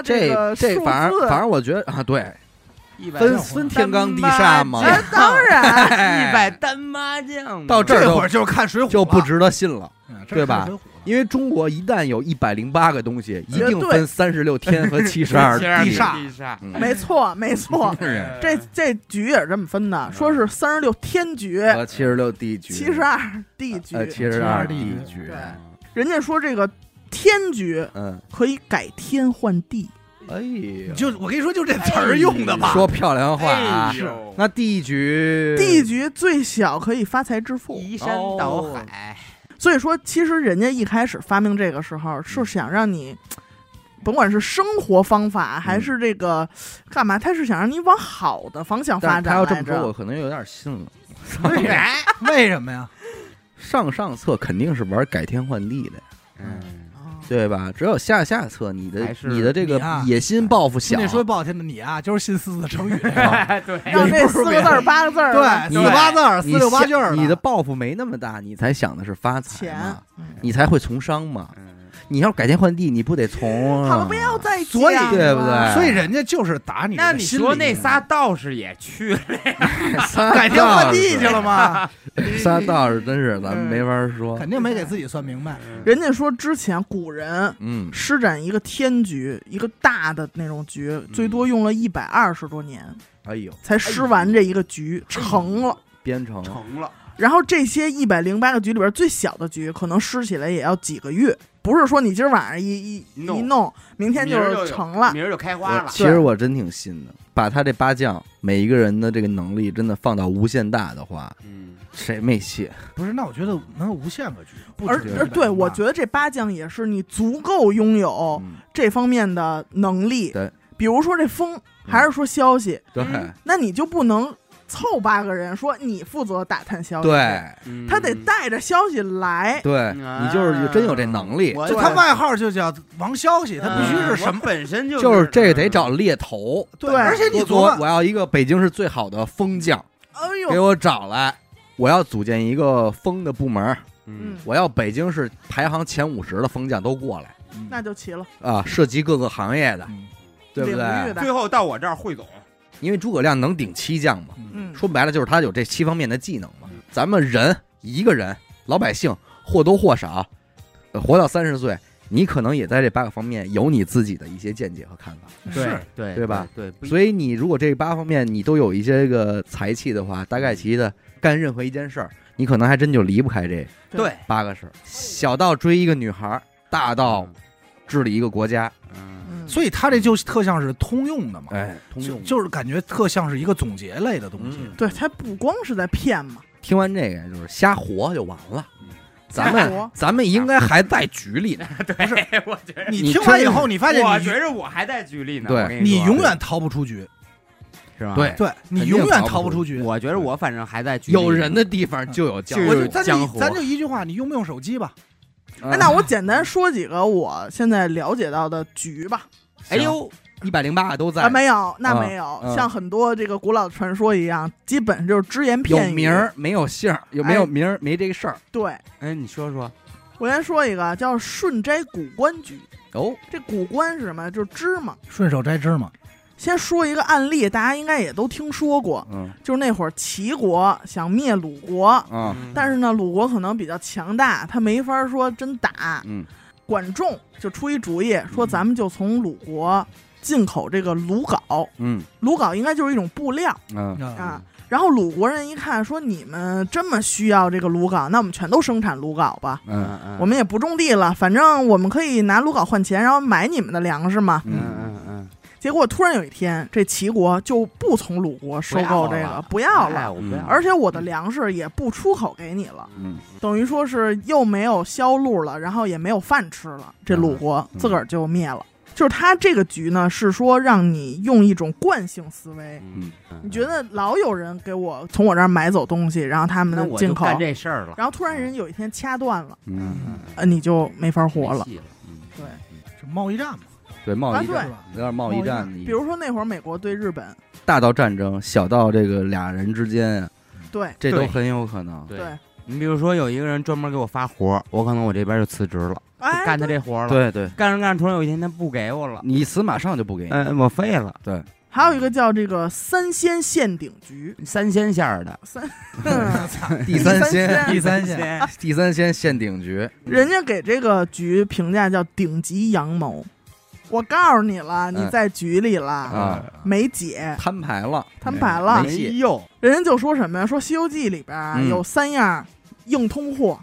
这
个数字，
反正反正我觉得啊，对，
一百
分分天罡地煞嘛，
啊当然
一百单麻将嘛，
哎到这儿
这会
都
儿就是看水浒了，
就不值得信了。
嗯
对吧？因为中国一旦有一百零八个东西，一定分三十六天和七十 二
72
地
地
煞。
煞
煞，
嗯，
没错没错
是啊
这这局也是这么分的，说是三十六天局，
和七十六地局，
七十二地局
呃，七十
72
地
地
局
对，人家说这个天局
嗯，
可以改天换地，
哎呦，
你就我跟你说，就这词儿用的吧。
说漂亮话啊
哎，呦
那地局，
地局最小可以发财致富。
移山倒海，
所以说，其实人家一开始发明这个时候
嗯
是想让你，甭管是生活方法
嗯
还是这个干嘛，他是想让你往好的方向
但
发
是
展
他要这
来
么
着
说，我可能有点信了。
为啥？为什么呀？
上上策肯定是玩改天换地的，
嗯，
啊
对吧？只有下下策，你的
还是
你的这个
你啊
野心抱负小
兄，弟说不好听的，你啊，就是信四字成 语，啊
对，
让这四个字儿八个字儿
对，
你
四八字儿、四
你
六八
下
句儿，
你的抱负没那么大，你才想的是发财
钱
嘛，
嗯
你才会从商嘛。
嗯
你要改天换地，你不得从？啊
好了，不要再
所以
讲
嗯对不
了
对
所以人家就是打你的
那你
心
说
理
那 仨道士也去了，
改
改
天换地去 了？吗？
仨道士真是咱们没法说。
肯定没给自己算明白。
人家说之前古人
嗯，
施展一个天局，一个大的那种局，最多用了一百二十多年
哎呦，
才施完这一个局，成了。
编程
成了，
然后这些一百零八个局里边最小的局，可能施起来也要几个月，不是说你今儿晚上一一
弄
一弄，明天
明儿
就
就
成了。
明儿就开花
我
了，
其实我真挺信的，把他这八将每一个人的这个能力真的放到无限大的话，
嗯，
谁没戏？
不是，那我觉得能有无限个局，不
而
止这
而
108
对，我觉得这八将也是你足够拥有
嗯
这方面的能力。
对，
比如说这风，还是说消息，
对
嗯
那你就不能凑八个人说你负责打探消息，，
对
嗯
他得带着消息来。
对，
嗯
你就是真有这能力，
我
就他外号就叫王消息，他必须是什
嗯
么
我？本身就
就是这得找猎头。
对
而且你
我
琢
我
磨，
我要一个北京市最好的风将，
哎
给
呦，
我找来。我要组建一个风的部门，
嗯
嗯，，
我要北京市排行前五十的风将都过来
那就齐了，
啊，涉及各个行业的，
嗯
对不
领
对
域？的
最后到我这儿汇总，
因为诸葛亮能顶七将嘛，
嗯，
说白了就是他有这七方面的技能嘛。咱们人一个人，老百姓或多或少，呃活到三十岁，你可能也在这八个方面有你自己的一些见解和看法。
是
对
对吧？
对，不一
所以你如果这八方面你都有一些个才气的话，大概其的干任何一件事儿，你可能还真就离不开这
对，
八个事儿。小到追一个女孩儿，大到治理一个国家，
嗯，
嗯，
所以他这就特像是通用的嘛，
哎，通
就
用。
就是感觉特像是一个总结类的东西。
嗯
对他不光是在骗嘛，
听完这个就是瞎活就完了
嗯。
咱
瞎活
们咱们应该还在局里呢，
对，我觉得
你
你
听完
真
以后，你发现
我
你
觉着我还在局里呢，
对
我跟
你
说啊
永远逃不出局，
是吧？
对，
对你
肯定
永远
逃
逃
不
不
出
出局。
我觉得我反正还在 局里，
有人的地方就有将
就
我
我
就
有
咱
江
就
湖
咱就一句话，你用不用手机吧？
嗯
哎，那我简单说几个我现在了解到的局吧。
哎呦，
一百零八个都在
啊，没有，那
啊
没有，
啊
像很多这个古老的传说一样，基本就是只言
有
片语。
名儿没有姓儿，有没
哎
有名儿没这个事儿
对，
哎，你说说，
我先说一个叫顺摘古关局。
哦。
这古关是什么？就是芝麻。
顺手摘芝麻，
先说一个案例，大家应该也都听说过，
嗯
就是那会儿齐国想灭鲁国，
啊
嗯但是呢，鲁国可能比较强大，他没法说真打。
嗯
管仲就出一主意，说咱们就从鲁国进口这个鲁缟，
嗯
鲁缟应该就是一种布料
嗯
啊。然后鲁国人一看说：“你们这么需要这个鲁缟，那我们全都生产鲁缟吧。
嗯
嗯
我们也不种地了，反正我们可以拿鲁缟换钱，然后买你们的粮食嘛。
嗯
嗯
嗯嗯，
结果突然有一天，这齐国就不从鲁国收购这个，不要
哎
了，
我不要了
而且我
嗯
的粮食也不出口给你了，
嗯
等于说是又没有销路了，然后也没有饭吃了，这鲁国
嗯
自个儿就灭了。就是他这个局呢，是说让你用一种惯性思维，
嗯嗯，
你觉得老有人给我从我这儿买走东西，然后他们
那
的
我
进
就
口，
干这事嗯儿了，
然后突然人有一天掐断了，
嗯，
呃，你就没法活了
没。戏了，嗯
对，
这贸易战嘛，
对，贸易
啊
战
是
对
吧？
有点贸易战的意
比
思，
如说那会儿美国对日本，
大到战争，小到这个俩人之间啊，
嗯
对
这都
对
很有可能。
对
对，
你比如说有一个人专门给我发活儿，我可能我这边就辞职了，
哎
就干他这活儿了。，
对对，
干着干着，突然有一天他不给我了，
你死马上就不给你，
嗯，我废了。
还有一个叫这个三鲜县鼎 局，
三鲜馅儿的，
三
第
三
仙，
鲜
第三仙，
鲜，
第三仙限定局，
人家给这个局评价叫顶级阳谋。我告诉你了，你
嗯
在局里了，
啊
没解，
摊牌了，
摊牌哎了
没。戏
有
人家就说什么呀？说《西游记》里边啊
嗯
有三样硬通货，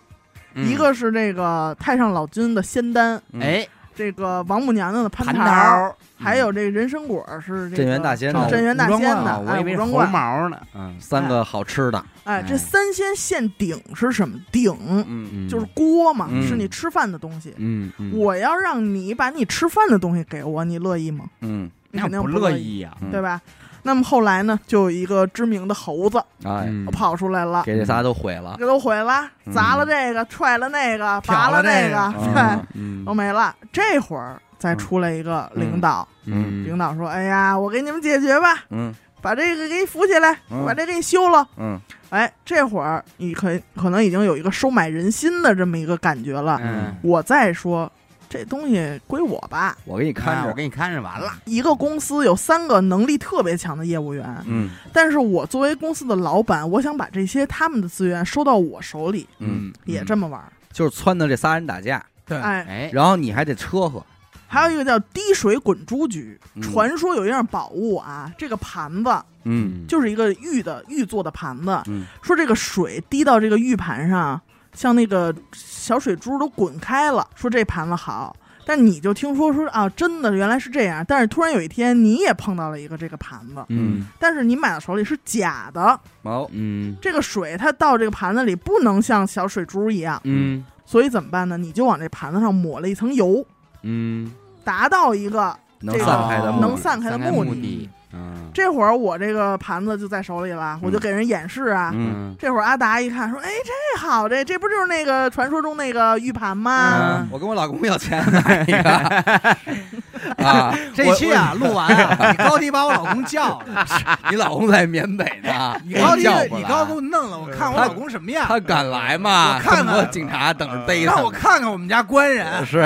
嗯
一个是这个太上老君的仙丹，
嗯
哎，
这个王母娘娘的蟠
蟠
桃，
桃，
还有这人参果是这个
镇元大仙的
镇元大仙的，
我
哎，
以
武
为是
装
猴
观，
毛呢。
嗯，三个好吃的，
哎，
哎
这三仙现鼎是什么？鼎
嗯
就是锅嘛，
嗯
是你吃饭的东西。
嗯嗯
我要让你把你吃饭的东西给我，你乐意吗？
嗯，
你
那
肯定
不
乐
乐，意呀。
嗯
对吧？那么后来呢，就有一个知名的猴子
哎，
嗯
跑出来了，
给这仨都毁了，
给都毁了，
嗯
砸了这个，踹了那个，
挑
拔
了
那
这
个，
个
对，
嗯
都没了。这会儿再出来一个领导，
嗯
领导说：“哎呀，我给你们解决吧，
嗯
把这个给你扶起来，
嗯
把这给你修了。
嗯
哎，这会儿你可可能已经有一个收买人心的这么一个感觉了。
嗯，
我再说，这东西归我吧。
哎我给你看
看我
着，
给你看着完了。
一个公司有三个能力特别强的业务员，
嗯
但是我作为公司的老板，我想把这些他们的资源收到我手里，
嗯，
也这么玩儿。
就是撺掇这仨人打架，
嗯
哎，
哎，
然后你还得车和，
还有一个叫滴水滚珠局，
嗯
传说有一样宝物啊，这个盘子
嗯
就是一个玉的玉做的盘子，
嗯
说这个水滴到这个玉盘上，像那个小水珠都滚开了。说这盘子好，但你就听说说啊，真的原来是这样。但是突然有一天，你也碰到了一个这个盘子，
嗯，
但是你买到手里是假的。
好，
嗯
这个水它到这个盘子里不能像小水珠一样，
嗯
所以怎么办呢？你就往这盘子上抹了一层油，
嗯，
达到一个
能
这个
散开的目的
能散开的
目
目
的
的。
嗯
这会儿我这个盘子就在手里了，我就给人演示啊。
嗯
嗯
这会儿阿达一看说：“哎，这好，这这不就是那个传说中那个玉盘吗？”
啊，我跟我老公要钱买一个啊，
这期啊录完啊，你高低把我老公叫了，
你老公在缅北呢，
你高低
叫过来
你高给我弄了，我看我老公什么样，
他敢来吗？
我看看
我警察等着逮他
让
呢，
我看看我们家官人，
是，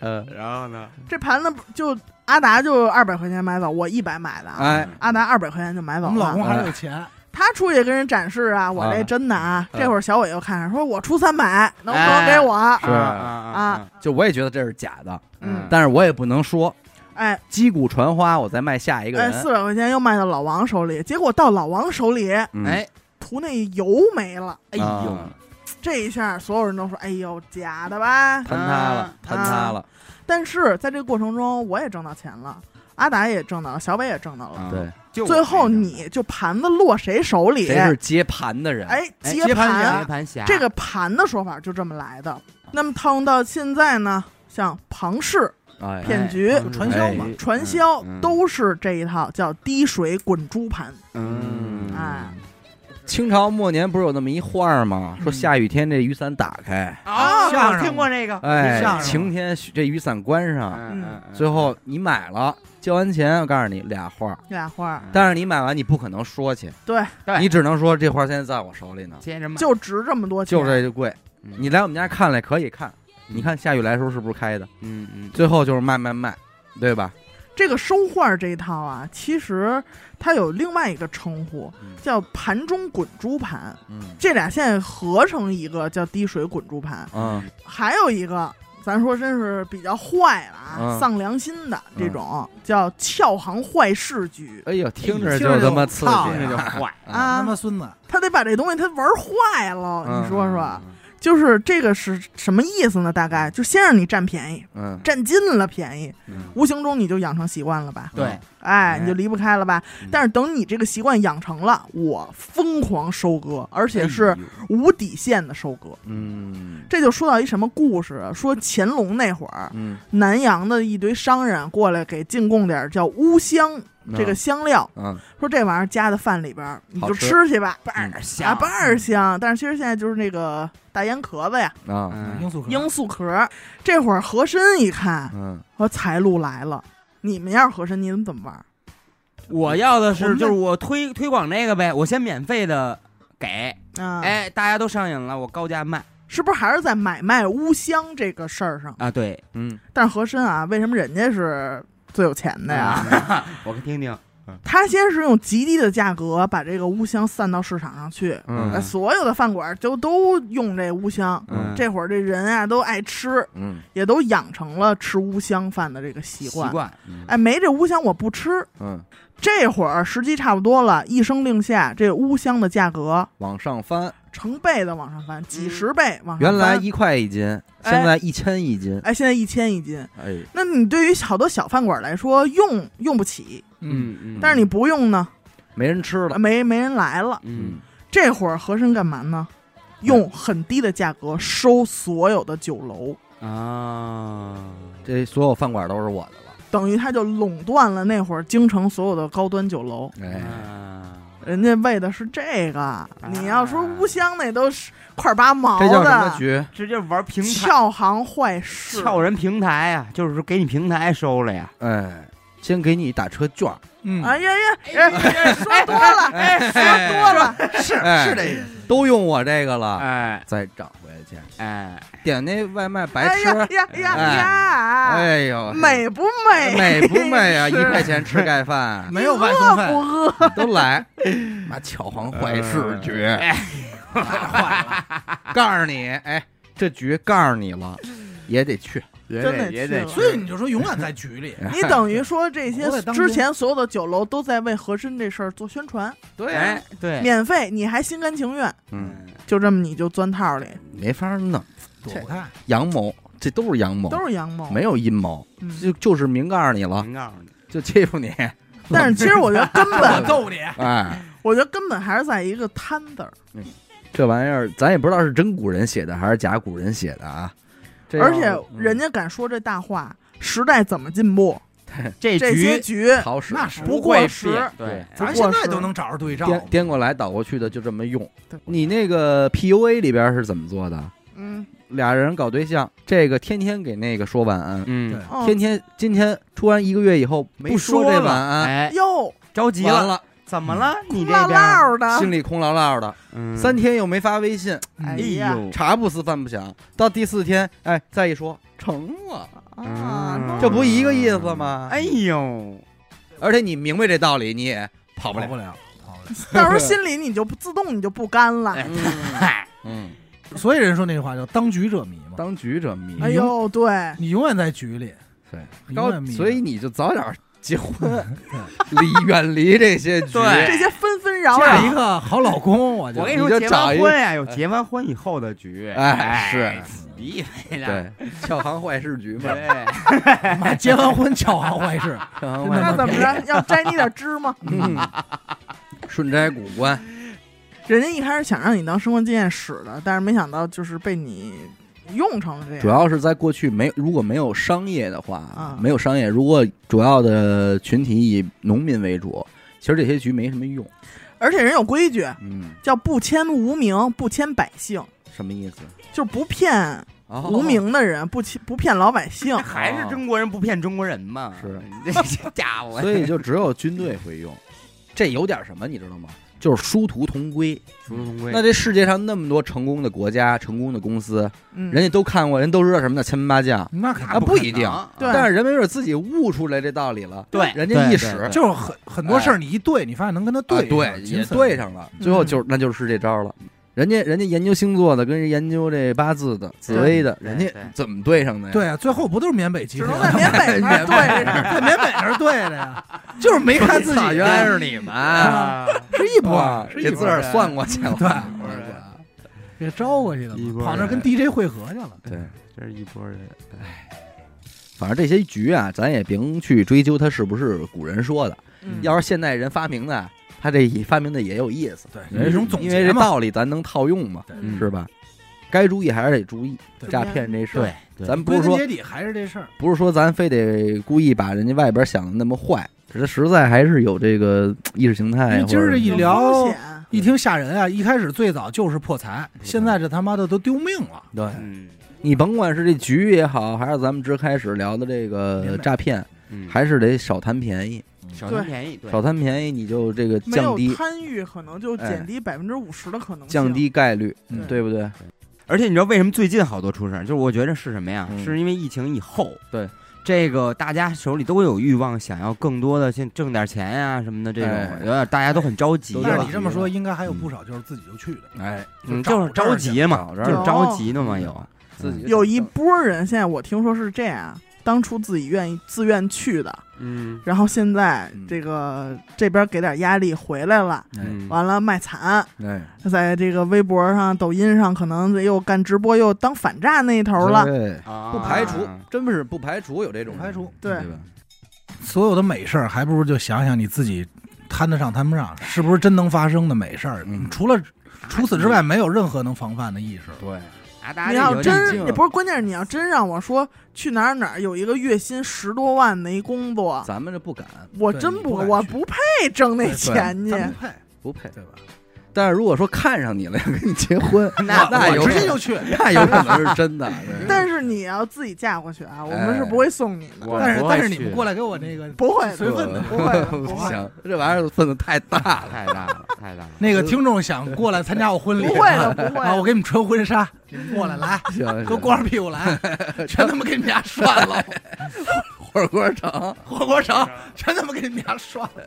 嗯，
然后呢？
这盘子不就阿达就二百块钱买走，我一百买的啊。
哎，
阿达二百块钱就买
我
走
们老公
了，
还是有钱，
他出去跟人展示啊，我这真的啊。
嗯哎
这会儿小伟又看看，说我出三百，能不能给我？
是
啊，
就我也觉得这是假的，
嗯，
但是我也不能说
哎
击鼓传花，我再卖下一个
哎，
人。
四百块钱又卖到老王手里，结果到老王手里，
嗯，
哎
涂那油没了。
哎
啊
呦，
这一下，所有人都说：“哎呦，假的吧
啊
坍塌了，坍塌了，！”
但是在这个过程中，我也挣到钱了，阿达也挣到了，小伟也挣到了。
啊
对，
就
最后你就盘子落谁手里，
谁是接盘的人？
哎，
哎
接
接盘
我这个
侠
接盘侠
这个盘的说法就这么来的。那么套用到现在呢，像庞氏
哎，
骗局
哎
就传销嘛
哎
传销
嗯嗯
都是这一套，叫滴水滚珠盘。
嗯
哎
清朝末年不是有那么一画儿吗？说
嗯
下雨天这雨伞打开，
哎
啊
相声
我听过这个，
哎，
相声
晴天许这雨伞关上，
啊嗯，
最后你买了，交完钱，我告诉你俩画儿。
这俩花儿
但是你买完，你不可能说去，
对，
嗯对
你只能说这画儿现在在我手里呢，
接着卖，
就值这么多钱，
就这就贵。
嗯
你来我们家看来可以看，你看下雨来的时候是不是开的？
嗯嗯
最后就是卖卖卖，对吧？
这个收画儿这一套啊，其实它有另外一个称呼
嗯，
叫盘中滚珠盘。
嗯
这俩现在合成一个叫滴水滚珠盘，
嗯
还有一个咱说真是比较坏了啊，
嗯
丧良心的这种叫翘航坏事局
哎呦，听着
着
就他妈刺激啊，
听着就
坏，
他
啊，
妈孙子，
他得把这东西他玩坏了，
嗯
你说说，，
嗯
就是这个是什么意思呢？大概就先让你占便宜，
嗯，
占尽了便宜，
嗯
无形中你就养成习惯了吧？
对，
哎
哎，
你就离不开了吧
嗯？
但是等你这个习惯养成了，我疯狂收割，而且
哎
是
呦，
无底线的收割。
嗯
这就说到一什么故事啊？说乾隆那会儿，
嗯，
南洋的一堆商人过来给进贡点儿叫乌香
嗯
这个香料，
嗯，
说这玩意儿加在饭里边儿，你
好
就
吃
吃去吧，倍
嗯
儿香，倍儿香。但是其实现在就是那个大烟壳子呀，
嗯啊，
罂粟壳，
罂粟壳儿。这会儿和珅一看，
嗯，
说财路来了，你们要是和珅，你们怎么玩儿？
我要的
我
是
们
就是我推推广这个呗，我先免费的给，
啊，，
哎，大家都上瘾了，我高价卖
是不是还是在买卖乌香这个事儿上？
啊，对，嗯，
但是和珅啊，为什么人家是最有钱的呀？
啊，我听听，
他先是用极低的价格把这个乌香散到市场上去，呃
嗯
所有的饭馆就都用这乌香。
嗯，
这会儿这人啊都爱吃，
嗯
也都养成了吃乌香饭的这个习惯。
习惯，嗯
哎，没这乌香我不吃。
嗯，
这会儿时机差不多了，一声令下，这乌香的价格
往上翻，
成倍的往上翻，几十倍往上
原
翻。
来一块一斤，
哎
现在一千一斤，
哎，现在一千一斤。
哎，
那你对于好多小饭馆来说，用用不起，
嗯，
嗯嗯，
但是你不用呢，
没人吃了，
没没人来了。
嗯，
这会儿和珅干嘛呢？用很低的价格收所有的酒楼，
嗯啊，
这所有饭馆都是我的了，
等于他就垄断了那会儿京城所有的高端酒楼。
哎，
啊
人家为的是这个，你要说乌香那都是块儿八毛
这叫什么
的，
局？
直接玩平台，
翘行坏事，
撬人平台呀，就是说给你平台收了呀，
哎，先给你打车券儿，
嗯，
哎呀呀，哎说多了，
哎，
说多了，
是
哎
是这意思，
都用我这个了，
哎
再涨回来去，
哎，
点那外卖白
哎
吃，
呀呀呀呀，
哎呦，
美不美？
美不美啊？一
是
块钱吃盖饭
没有外送
饿
费
不，饿？
都 来，哎妈巧皇坏事局，告诉你，哎，这局告诉你 了，也得去，
也
真得
得也
去
得
了
所以你就说永远在局里，
你等于说这些
活在当中
之前所有的酒楼都在为和珅这事儿做宣传，
对啊
哎对，
免费，你还心甘情愿，
嗯，
就这么你就钻套里，
没法弄，
躲不开，
阳谋，这都是嗯阳谋，
都是阳谋。
哦没有阴谋，
嗯，
就就是明告诉你了，
我告诉你，
就欺 负你，
但是其实我觉得根
我
本，
揍你，
哎，
我觉得根本还是在一个贪字儿，
这玩意儿咱也不知道是真古人写的还是假古人写的啊，这要
而且
嗯
人家敢说这大话，时代怎么进步？
这
这些
局
局
好使，
那是
不
会
过
变
时，
哎
对，
不
咱
过
现在
是
都能找着对照，
颠颠过来倒过去的就这么用
对。
你那个 PUA 里边是怎么做的？
嗯，
俩人搞对象，这个天天给那个说晚安，
嗯，
哦
天天今天突然一个月以后没
不
说
说
这
了，
晚安，
哎，
哟，
着急
完
了，
了，
怎么了？你这
唠
边儿
唠的
心，里空落落的，
嗯
三，天又没发微信，
哎
哎
呀
呦，
茶不思饭不想，到第四天，哎，再一说成了，
啊，
这不一个意思吗
嗯哎呦，
而且你明白这道理，你也跑不
跑不
了。
了，跑不了。
到时候心里你就不自动你就不甘了。
哎
嗯嗯，
所以人说那句话叫“当局者迷”嘛，
当局者迷，
哎呦，对，
你永远在局里，
对，
你永
高
远，迷。
所以你就早点结婚， 离远离这些局。
对
这些纷纷扰
嫁
扰
一，个好老公，我就
我跟
你
说，
就
结
找
完
一
婚呀，有结完婚以后的局，
哎是
你以为呢？
对， 校行坏事局嘛，
对，
妈结完婚巧行坏 事，
校行
真
坏
的
那
事
怎么着？ 要摘你点芝麻？
嗯 顺摘古关，
人家一开始想让你当生活经验使的，但是没想到就是被你用成了这
主
样。
要是在过去没如果没有商业的话，
啊
没有商业，如果主要的群体以农民为主，其实这些局没什么用。
而且人有规矩，
嗯，
叫不迁无名，不迁百姓，
什么意思？
就是不骗
哦
无名的人，不欺不骗老百姓
那。还是中国人不骗中国人嘛？
是，
这家伙，
哦所以就只有军队会 用。这有点什么，你知道吗？就是殊途同归。
殊途同归
那这世界上那么多成功的国家、成功的公司，
嗯，
人家都看过，人都知道什么叫千八将，
那肯
啊
定
不一定。
对
但是人没准自己悟出来这道理了，
对
人家一使
对对
就是很很多事儿，你一对，你发现能跟他
啊
对上，
对，
仅
也
此
对上了，最后
嗯
就是那就是这招了。人家人家研究星座的，跟人研究这八字的、紫薇的，
对
人家
对
怎么对上的呀？
对啊，最后不都是缅北集
只能
团吗？
在缅北那儿对着。
在缅北那儿对 的呀，就是没看自己
操，
人，
原来是你们 啊，
啊，是一波
哇，
是一
给
波
自个儿
人
算过去了，啊
对
我的天
给招过去了
一
嘛，
波
跑那儿
人
跟 DJ 会合去了。
对，
这是一拨人，
反正这些局啊，咱也甭去追究它是不是古人说的，
嗯
要是现代人发明的，他这也发明的也有意思，
对，
人
一种总
因为
结
这
嘛。
道理咱能套用嘛，
嗯
是吧？该注意还是得注意
对
诈骗这事儿，
对，对
咱不
归
是
根
说
结底还是这事儿，
不是说咱非得故意把人家外边想的那么坏，这实在还是有这个意识形态
因为
或
今儿
者
这一
有
聊
风险
一听吓人啊！一开始最早就是破财，现在这他妈的都丢命了。
对，
嗯
你甭管是这局也好，还是咱们之开始聊的这个诈骗，
嗯，
还是得少贪便宜，
少
对
贪便宜，对
少贪便宜你就这个
没
降
有
低哎
贪欲，可能就减低百分之五十的可能性。
降低概率，
嗯
对不对？
而且你知道为什么最近好多出事儿？就是我觉得是什么呀？
嗯
是因为疫情以后，
对
这个大家手里都有欲望，想要更多的先挣点钱呀、什么的，这种
哎
有点大家都很着急
都
但
有
是
了
你，这么说，应该还有不少就是自己就去的。
哎，
嗯，
就
就是
找这
着
儿
急嘛，
找这儿
就是
去
着急的嘛，有
自己
有一波人，现在我听说是这样，当初自己愿意自愿去的，
嗯
然后现在
嗯
这个这边给点压力回来了，
哎
嗯，
完了卖惨，
哎，
在这个微博上、抖音上，可能又干直播又当反诈那一头了。
对不排除，真是不排除有这种
不排除嗯
对
对吧？
所有的美事儿，还不如就想想你自己摊得上摊不上，是不是真能发生的美事儿？
嗯
除了除此之外，没有任何能防范的意识。
对，
啊，大
你
家
要
有
点
真
劲儿
也不是，关键是你要真让我说去哪儿哪儿有一个月薪十多万的一工作，
咱们这不敢
我
对
真
你
不
不敢
我
去
不配挣那
对
钱去。
咱不配，
不配，
对吧？
但是如果说看上你了，要跟你结 婚，
那
那
我
有
直
可
接
能
就去。
那有可能是真的。对
但是你要自己嫁过去啊，我们是不会送你的，
我
但是
不会
但是你
去
们过来给我那个
不会的，
随份子
不 会的，
哎
不
不
会的，
行，这玩意儿份子太大了。
太大了，太 大了。
那个听众想过来参加我婚礼，
不会的，不会
啊！我
的。
给你们穿婚纱，你们过来来，
行，行
都光着屁股来，全他妈给你们家涮了，
火锅 城，
火锅城全他妈给你们家涮了，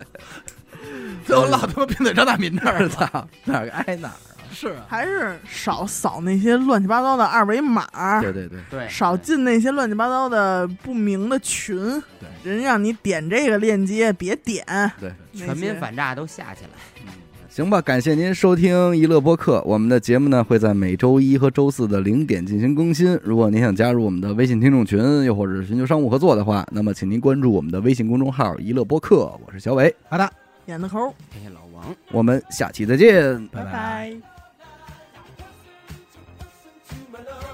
最后落他妈贫嘴张大民那儿 了。
操，哪儿挨哪儿啊？
是啊，
还是少扫那些乱七八糟的二维码，
对对对，
对，
少进那些乱七八糟的不明的群，人让你点这个链接，别点。
对，
那
全民
些
反诈都下起来。
行吧，感谢您收听娱乐播客。我们的节目呢会在每周一和周四的零点进行更新。如果您想加入我们的微信听众群，又或者是寻求商务合作的话，那么请您关注我们的微信公众号“娱乐播客”，我是小伟，
好的，
点的抠，
谢谢老王。
我们下期再见。
拜
拜。
my love.